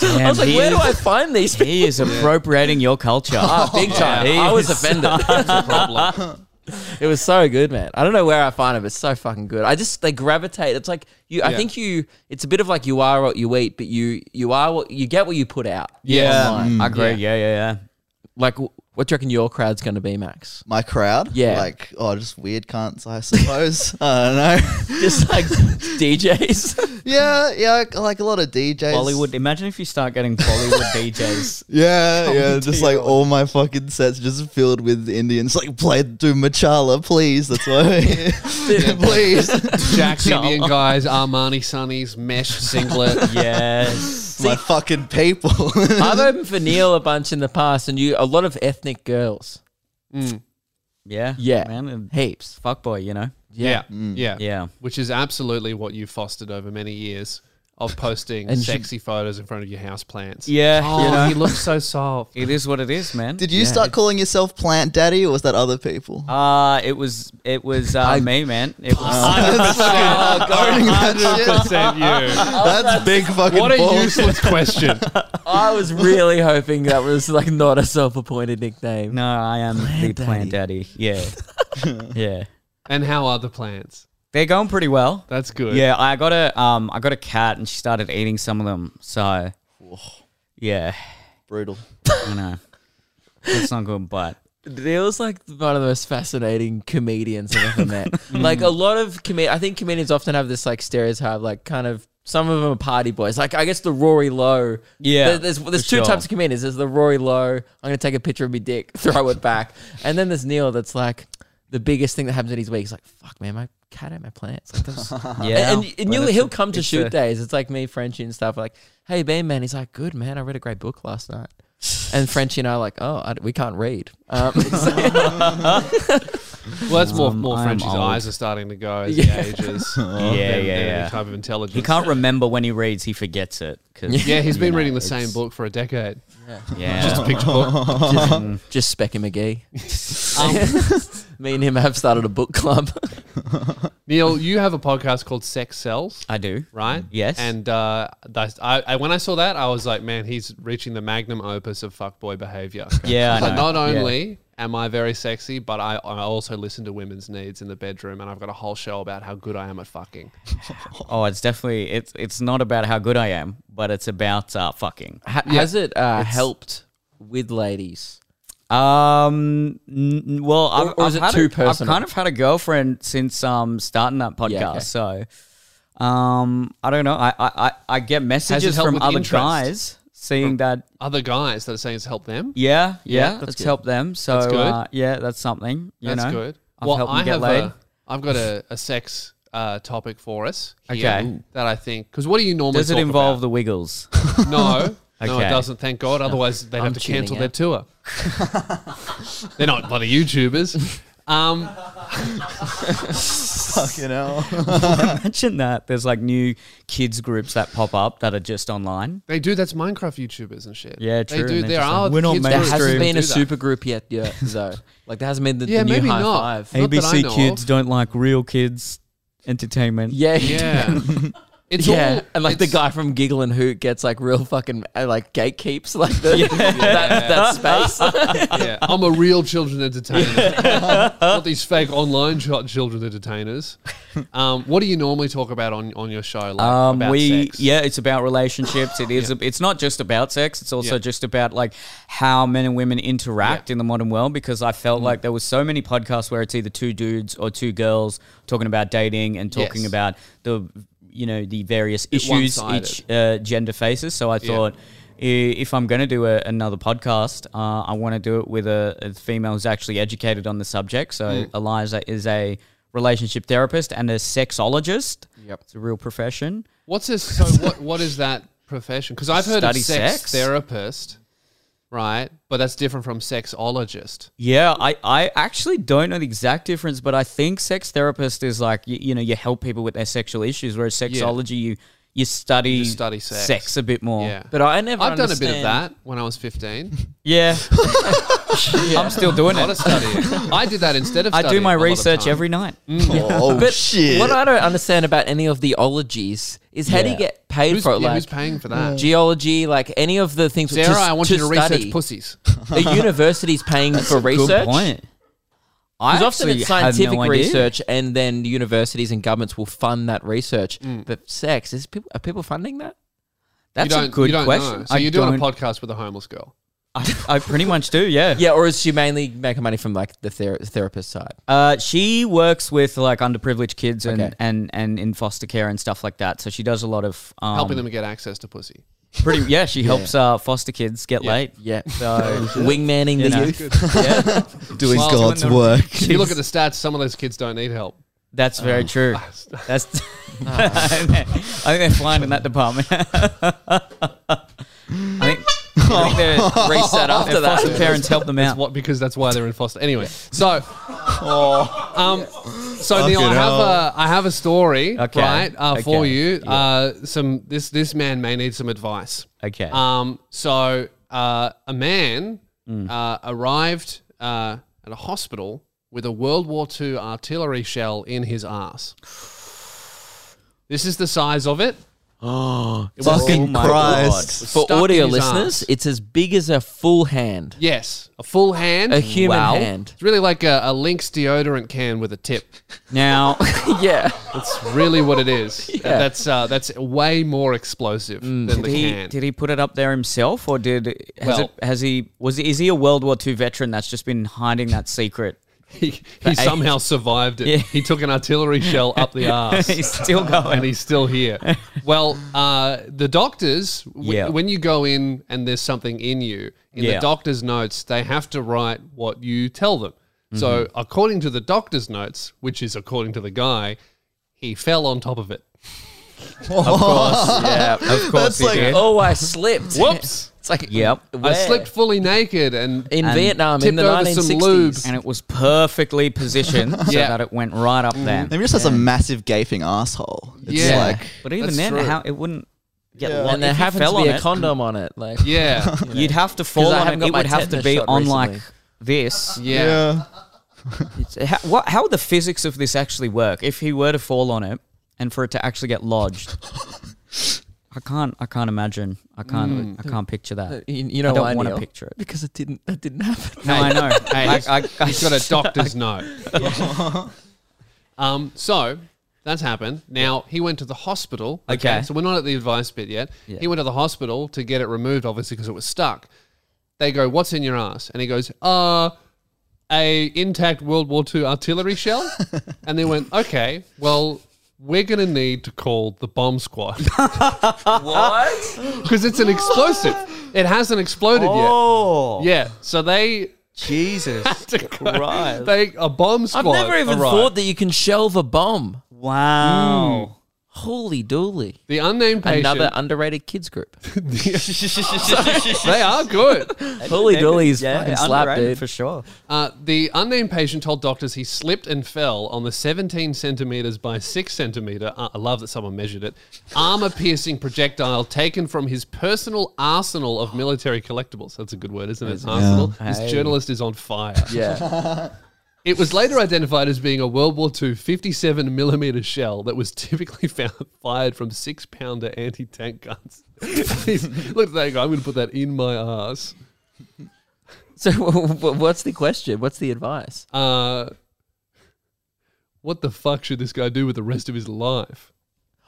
I was like, he "Where is- do I find these people?" He is appropriating your culture. Ah, big time. he I was is- offended. That's a problem. it was so good, man. I don't know where I find it, but it's so fucking good. I just they gravitate. It's like you. I Yeah. think you. It's a bit of like you are what you eat, but you you are what you get what you put out. Yeah. online. I agree. Yeah, yeah, yeah. like wh- what do you reckon your crowd's going to be, Max? My crowd? Yeah. Like, oh, just weird cunts, I suppose. I don't know. Just like DJs. yeah, yeah, like- like a lot of DJs. Bollywood. Imagine if you start getting Bollywood DJs. Yeah, yeah, just like all my fucking sets just filled with Indians. Like, play do Machala, please. That's why. please. Jack's Indian guys, Armani sunnies, mesh singlet. Yes. my fucking people. I've opened for Neil a bunch in the past, and you a lot of ethnic girls. Yeah. Yeah, Man, and heaps. fuckboy, you know? Yeah. Yeah. Yeah. Which is absolutely what you fostered over many years of posting And you should- sexy photos in front of your house plants. Yeah. Oh, he looks so soft. It is what it is, man. Did you start calling yourself Plant Daddy or was that other people? Uh, it was it was uh, me, man. It was That's fucking owning that shit. Percent you. That's big fucking What a balls. useless question. I was really hoping that was like not a self-appointed nickname. no, I am the plant daddy. Yeah, yeah. And how are the plants? They're going pretty well. That's good. Yeah, I got a um, I got a cat, and she started eating some of them. So, yeah, Brutal. I know it's not good, but Neil's like one of the most fascinating comedians I've ever met. Mm. like a lot of comedians, I think comedians often have this like stereotype, like kind of. Some of them are party boys. Like I guess the Rory Lowe. Yeah, There- There's there's for two sure. types of comedians. There's the Rory Lowe. I'm gonna take a picture of my dick, throw it back, and then there's Neil. That's like. the biggest thing that happens in his week. He's like, fuck, man, my cat ate my plants. Like, that's- Yeah. Uh-huh. And, and, and But you, it's he'll a- come to it's shoot a- days. It's like me, Frenchie, and stuff. Like, hey, Ben, man. He's like, good, man. I read a great book last night. And Frenchie and I are like, oh, I, we can't read. Um, Well, that's more Um, more I'm Frenchie's old. Oh, eyes are starting to go as Yeah. he ages. yeah, than- yeah, than yeah. Any type of intelligence. He can't remember when he reads. He forgets it. 'cause, Yeah, he's you been know, reading the it's- same book for a decade. Yeah. Just a picture book. just, just Specky McGee. Um, me and him have started a book club. Neil, you have a podcast called Sex Sells, I do. right? Yes. And uh, that's, I, I, when I saw that, I was like, man, he's reaching the magnum opus of fuckboy behavior. Yeah, I But know. not Yeah. only am I very sexy, but I, I also listen to women's needs in the bedroom, and I've got a whole show about how good I am at fucking. Oh, it's definitely it's it's not about how good I am, but it's about uh, fucking. Ha- Has it uh, helped with ladies? Um. n- n- Well, I've, or I've is it had too a, personal? I've kind of had a girlfriend since um starting that podcast, Yeah, okay. so um I don't know. I I, I, I get messages helped from with other interest? guys seeing that. Other guys that are saying it's helped them. Yeah, yeah, that's that's, good. helped them. So That's good. Uh, yeah, that's something. You That's know? good. I've well, helped them I get have laid. a, I've got a, a sex uh, topic for us. Here Okay. Ooh. That I think because what do you normally Does it talk involve about? the Wiggles? No. No, it Okay. doesn't. Thank God. Otherwise, they'd I'm have to tuning cancel out. their tour. They're not bloody YouTubers. Um, Fucking hell. Imagine that. There's like new kids groups that pop up that are just online. they do. That's Minecraft YouTubers and shit. Yeah, They true, do. and they're There just like, are. "We're not kids There groups who mainstream." hasn't been do a that. super group yet, yeah, though. Like, there hasn't been the, the Yeah, new maybe high not. five. Not that I know ABC kids of. don't like real kids entertainment. Yeah, Yeah. It's yeah, all, and like the it's- guy from Giggle and Hoot gets like real fucking uh, like gatekeeps like the, that, that space. Yeah, I'm a real children entertainer, not these fake online ch- children entertainers. Um, what do you normally talk about on, on your show? Like Um, about we sex? yeah, it's about relationships. It is. It's not just about sex. It's also Yeah. just about like how men and women interact in the modern world. Because I felt Mm. like there was so many podcasts where it's either two dudes or two girls talking about dating and talking Yes. about the you know the various issues one-sided. each uh, gender faces. So I thought. i- If I'm going to do a, another podcast, uh, I want to do it with a, a female who's actually educated on the subject. So Mm. Eliza is a relationship therapist and a Mm. sexologist. Yep. it's a real profession. What's this? So what what is that profession? Because I've heard Study of sex, sex? therapist, right? But that's different from sexologist. Yeah, I, I actually don't know the exact difference, but I think sex therapist is like you, you know you help people with their sexual issues, whereas sexology you you study just study sex. a bit more. Yeah, But I never. I've done a bit of understand- that when I was 15. Yeah. I'm still doing Not a it. studying. I did that instead of. I do studying my a lot of research time. Mm. every night. Oh, But shit. what I don't understand about any of the ologies is how do you Yeah. get paid Who's, for it? yeah, Like who's paying for that? geology, like any of the things. Sarah, to, I want you to study. research pussies. The university's paying for research. Good point. I Because often actually it's had no scientific idea. research, and then universities and governments will fund that research. Mm. But sex is people are people funding that? you That's don't, a good you don't question. Know. So I you're doing don't- a podcast with a homeless girl. I, I pretty much do. Yeah. Yeah, or is she mainly making money from like the ther- therapist side? Uh, she works with like underprivileged kids and, Okay. and and in foster care and stuff like that. So she does a lot of um, helping them get access to pussy. Pretty. Yeah. She helps uh, foster kids get Yeah. laid. Yeah, So wingmanning the You know. youth. yeah. Doing Well, God's doing the- work. If you look at the stats, some of those kids don't need help. That's very true. That's I think they're flying in that department. I think, I think they're reset after that. Foster parents help them out. What because that's why they're in foster. Anyway, so um, so Neil, I Fucking have hell. a I have a story Okay. right uh, for Okay. you. Uh, some this this man may need some advice. Okay. Um, so uh, a man uh, arrived uh, at a hospital with a World War II artillery shell in his ass. This is the size of it. It was- Fucking oh my Christ. For Stuck in audio his listeners, arse. it's as big as a full hand, Yes, a full hand. a human Wow. hand. It's really like a, a Lynx deodorant can with a tip. God. Now, yeah, That's really what it is. That's uh, that's way more explosive than Mm. did the he, can. did he put it up there himself, or did has, Well- it, has he was is he a World War II veteran that's just been hiding that secret? He, he somehow survived it. Yeah. He took an artillery shell up the arse. He's still going. and he's still here. Well, uh, the doctors, w- Yeah. when you go in and there's something in you, in the Yeah. doctor's notes, they have to write what you tell them. So, Mm-hmm. according to the doctor's notes, which is according to the guy, he fell on top of it. yeah, of course. That's you like- did. Oh, I slipped. Whoops. It's like Yep. where? I slipped fully naked and in and Vietnam in tipped the over 1960s. some lube. and it was perfectly positioned so Yeah. that it went right up there. Maybe just has a massive gaping asshole. It's Yeah. like but even That's then, true. how it wouldn't get Yeah. yeah. And there happened to be a condom on it. Like yeah. You'd have to fall I on haven't it. got It my would have to tetanus be shot on recently. like this. Yeah. It's- How, what, how would the physics of this actually work if he were to fall on it and for it to actually get lodged? I can't. I can't imagine. I can't. Hmm. I can't picture you, that. Uh, you I know don't why, want to Neil? picture it. Because it didn't. That didn't happen. No, I know. Hey, I, he's- I, I, He's got a doctor's note. um, so that's happened. Now he went to the hospital. Okay. So we're not at the advice bit yet. Yeah. He went to the hospital to get it removed, obviously, because it was stuck. They go, "What's in your ass?" And he goes, "Uh, a intact World War II artillery shell." and they went, "Okay, well." We're gonna need to call the bomb squad What? because it's an explosive. It hasn't exploded Oh, yet. Yeah, so they Jesus! Christ. they a bomb squad. I've never even arrived. thought that you can shelve a bomb. Hmm. Wow. Holy dooly! The unnamed patient. Another underrated kids group. they are good. Holy dooly is fucking slap, underrated dude. for sure. Uh, the unnamed patient told doctors he slipped and fell on the 17 centimeters by 6 centimeter. Uh, I love that someone measured it. Armor piercing projectile taken from his personal arsenal of military collectibles. That's a good word, isn't it? Arsenal. This journalist is on fire. Yeah. It was later identified as being a World War II 57 millimeter shell that was typically found fired from six pounder anti tank guns. Please, look at that guy. I'm going to put that in my ass. so w- w- what's the question? What's the advice? Uh, what the fuck should this guy do with the rest of his life?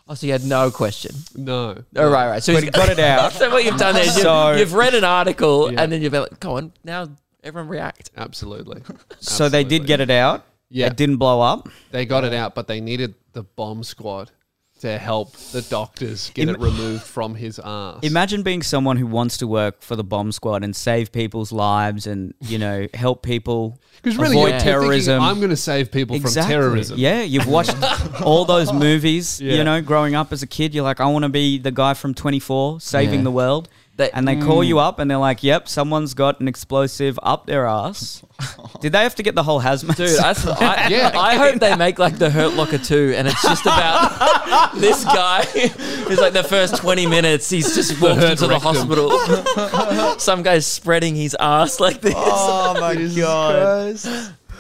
Oh, so you had no question. No. Oh, right, right. So But he's he got it out. so what you've done there is you've, So- you've read an article Yeah. and then you've been like, go on, now everyone react. Absolutely. So they did get it out. Yeah. It didn't blow up. They got it out, but they needed the bomb squad to help the doctors get it removed from his ass. Imagine being someone who wants to work for the bomb squad and save people's lives and, you know, help people Because really, avoid you're thinking, terrorism. I'm going to save people Exactly. from terrorism. Yeah, you've watched all those movies, Yeah. you know, growing up as a kid. You're like, I want to be the guy from 24 saving Yeah. the world. That- and they call Mm. you up and they're like, yep, someone's got an explosive up their ass. Did they have to get the whole hazmat? Dude, I, I, Yeah. I hope they make like the Hurt Locker 2 and it's just about this guy who's like the first 20 minutes, he's just walked Hurt into the rectum. hospital. Some guy's spreading his ass like this. oh my God.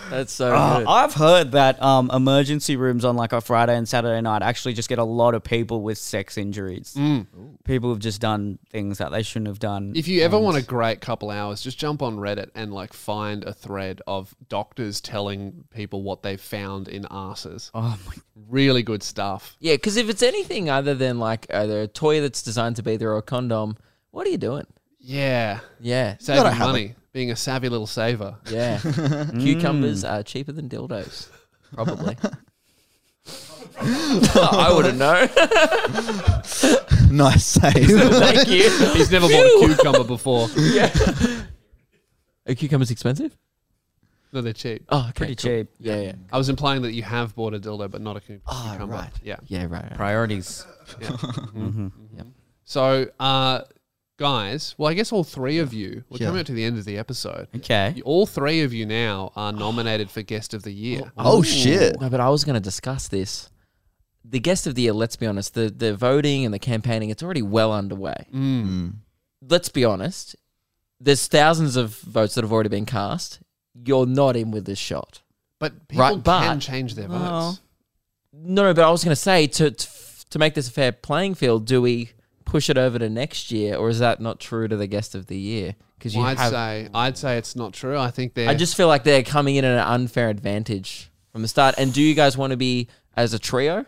That's so Uh, good. I've heard that um, emergency rooms on like a Friday and Saturday night actually just get a lot of people with sex injuries. People have just done things that they shouldn't have done. Mm. If you ever want a great couple hours, just jump on Reddit and like find a thread of doctors telling people what they found in asses. oh my, Really good stuff. Yeah, because if it's anything other than like either a toy that's designed to be there or a condom, what are you doing? Yeah. Yeah. Gotta Saving have money. Being a savvy little saver. Yeah. Cucumbers are cheaper than dildos, probably. I wouldn't know. nice save. Thank you. He's never bought a cucumber before. Are cucumbers expensive? No, they're cheap. Oh, okay, pretty cool. cheap. Yeah, yeah. I was implying that you have bought a dildo, but not a cu- cucumber. Oh, right. Yeah. Yeah, right. right. Priorities. So, uh, guys, well, I guess all three of you, we're Yeah. coming up to the end of the episode. Okay. You- All three of you now are nominated for Guest of the Year. oh shit. No, but I was going to discuss this. The guest of the year, let's be honest, the, the voting and the campaigning, it's already well underway. Mm. Let's be honest, there's thousands of votes that have already been cast. You're not in with this shot. But people Right, can but- change their votes. Well. No, no, but I was going to say to, to to make this a fair playing field, do we push it over to next year, or is that not true to the guest of the year? Because you Well, I'd have, say I'd say it's not true. I think they're I just feel like they're coming in at an unfair advantage from the start. And do you guys want to be as a trio?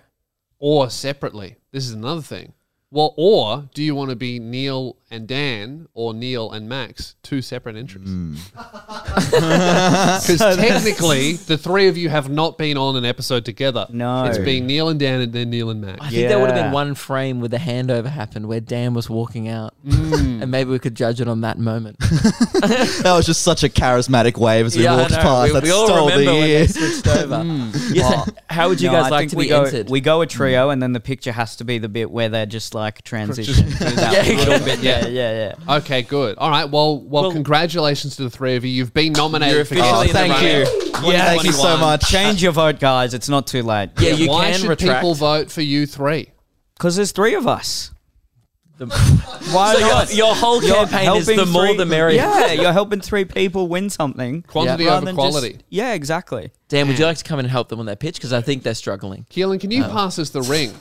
or separately. This is another thing. Well, or do you want to be Neil and Dan or Neil and Max, two separate entries? Hmm. Because technically, the three of you have not been on an episode together. No. It's been Neil and Dan and then Neil and Max. I think there would have Yeah. been one frame where the handover happened where Dan was walking out. And maybe we could judge it on that moment. That was just such a charismatic wave as we Yeah, I walked know. past. We- that we all stole the remember when year. they switched over. Yes, how would you No, guys I like think to we Mm. be go, entered? We go a trio, and then the picture has to be the bit where they're just like transition. Yeah. yeah, little bit. yeah, yeah, yeah. Okay, good. All right. Well, well, Well- congratulations to the three of you. You've been nominated. You're for officially Guest in of the the Round. running. Yeah, thank you so 2021. much. Change your vote, guys. It's not too late. yeah, you Why can should retract. people vote for you three? because there's three of us. Why so not? Your, your whole campaign is the more three- the merrier. Yeah, you're helping three people win something. Quantity rather over than quality. just- yeah, exactly. Dan, would you like to come in and help them on their pitch? Because I think they're struggling. Keelan, can you pass us the ring?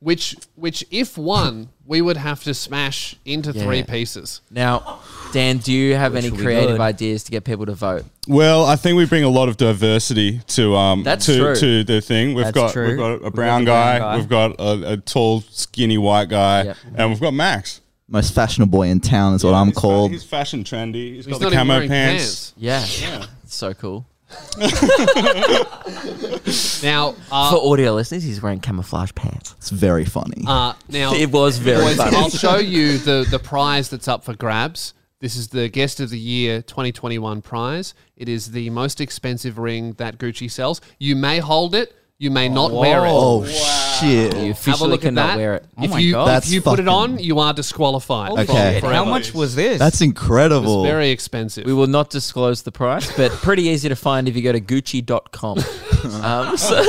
Which, which, if won, we would have to smash into three Yeah. pieces. Now, Dan, do you have any will be creative good. ideas to get people to vote? Well, I think we bring a lot of diversity to um That's to, true. to the thing. We've That's got true. we've got We've a got brown, the brown guy, guy. we've got a, a tall, skinny white guy, Yep. and we've got Max. Most fashionable boy in town is what I'm He's fa- called. He's fashion trendy. he's He's got the not even camo wearing pants. Yeah. It's so cool. pants. Now, uh, For audio listeners, he's wearing camouflage pants. It's very funny. uh, now, It was very boys, I'll funny. show you the, the prize that's up for grabs. This is the Guest of the Year 2021 prize. It is the most expensive ring that Gucci sells. You may hold it, you may not wear it. oh shit! You Have a officially look at cannot that. wear it. Oh if my you, God. If That's you put it fucking- on, you are disqualified. Okay. Shit, How Forever. much was this? That's incredible. It's very expensive. We will not disclose the price, but pretty easy to find if you go to Gucci.com. um, so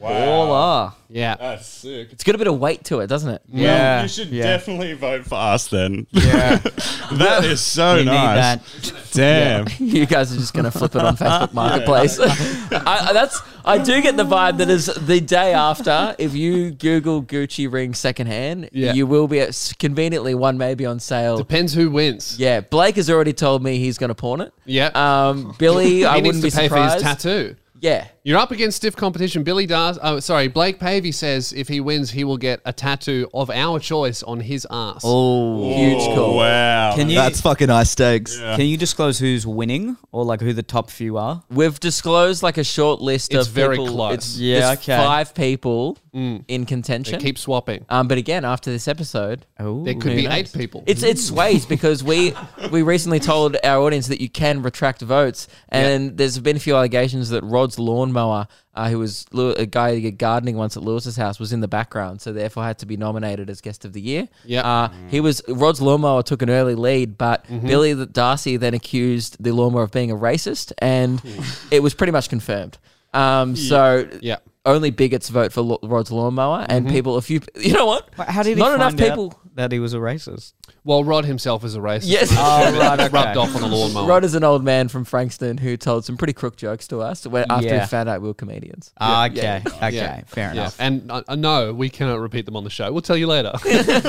all are. yeah. That's sick. it's got a bit of weight to it, doesn't it? Well, Yeah, you should yeah. definitely vote for us then. Yeah. that is so You need nice. that. Damn. You guys are just going to flip it on Facebook Marketplace. I, I- that's I do get the vibe that is the day after. If you Google Gucci ring secondhand, Yeah. you will be at, s- conveniently one may be on sale. Depends who wins. yeah, Blake has already told me he's going to pawn it. Yeah. Um, Billy, he I needs wouldn't to be pay for surprised. his tattoo. yeah, You're up against stiff competition. Billy does. Oh, sorry. Blake Pavey says if he wins, he will get a tattoo of our choice on his ass. oh, huge call. Wow. Can you that's fucking ice steaks. can you disclose who's winning or like who the top few are? We've disclosed like a short list It's of very people. close. Mm. Yeah, there's okay. Five people in They contention. keep swapping. um, but again, after this episode, Oh, There could who be knows? eight people. it's it sways because we we recently told our audience that you can retract votes, and there's been a few allegations that Rod's lawnmower, uh, who was Lew- a guy who did gardening once at Lewis's house, was in the background, so therefore had to be nominated as guest of the year. Yep. uh, he was Rod's lawnmower took an early lead, but Mm-hmm. Billy the- Darcy then accused the lawnmower of being a racist, and it was pretty much confirmed. Um, so Hmm. Yeah. only bigots vote for Lo- Rod's lawnmower, and Mm-hmm. people, if you, you know what, But How did he not enough find out people. that he was a racist? Well, Rod himself is a racist. Yes. Oh, right, okay. Rubbed off on the lawnmower. Rod is an old man from Frankston who told some pretty crook jokes to us when, after Yeah. he found out we were comedians. okay, okay, fair Yeah. enough. And uh, uh, no, we cannot repeat them on the show. We'll tell you later.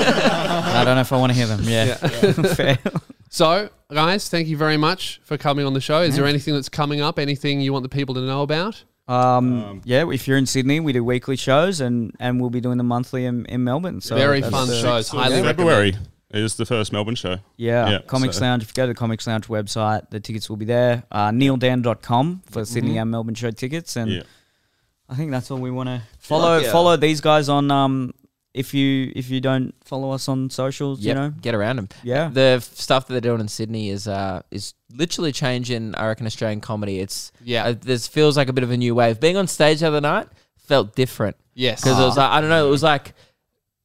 I don't know if I want to hear them. Yeah, fair. so, guys, thank you very much for coming on the show. Is there anything that's coming up? Anything you want the people to know about? Um, yeah, if you're in Sydney, we do weekly shows, and and we'll be doing the monthly in, in Melbourne. So Very that's fun the- shows. Highly recommend. February is the first Melbourne show. Yeah, Yeah, Comics so- Lounge. If you go to the Comics Lounge website, the tickets will be there. Uh, neildan.com for Mm-hmm. Sydney and Melbourne show tickets, and Yeah. I think that's all we want to follow. Follow these guys on. Um, if you if you don't follow us on socials, you Yep, know, get around them. Yeah. the f- stuff that they're doing in Sydney is uh is literally changing. I reckon Australian comedy. It's Yeah. uh, this feels like a bit of a new wave. Being on stage the other night felt different Yes. because Ah. it was like I don't know. It was like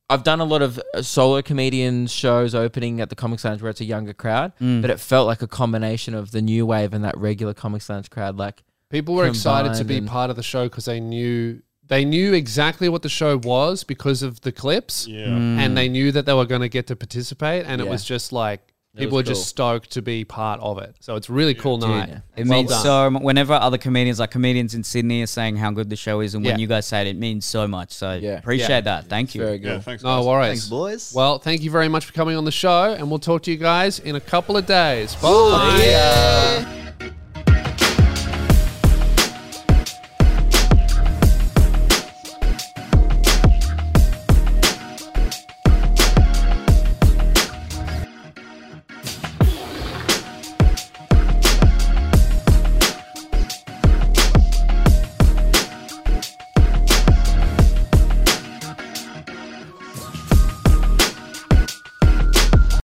I've done a lot of uh, solo comedian shows opening at the Comics Lounge where it's a younger crowd, Mm. but it felt like a combination of the new wave and that regular Comics Lounge crowd. Like People were excited to combined be and- part of the show because they knew they knew exactly what the show was because of the clips, Yeah. and they knew that they were going to get to participate, and it Yeah. was just like people were was just stoked to be part of it. So it's really cool night. It Well means done. so much. Whenever other comedians, like comedians in Sydney, are saying how good the show is, and Yeah. when you guys say it, it means so much. So Yeah. appreciate Yeah. that. Thank you. very good. Yeah, thanks. no guys. worries, Thanks, boys. Well, thank you very much for coming on the show, and we'll talk to you guys in a couple of days. Bye. Yeah.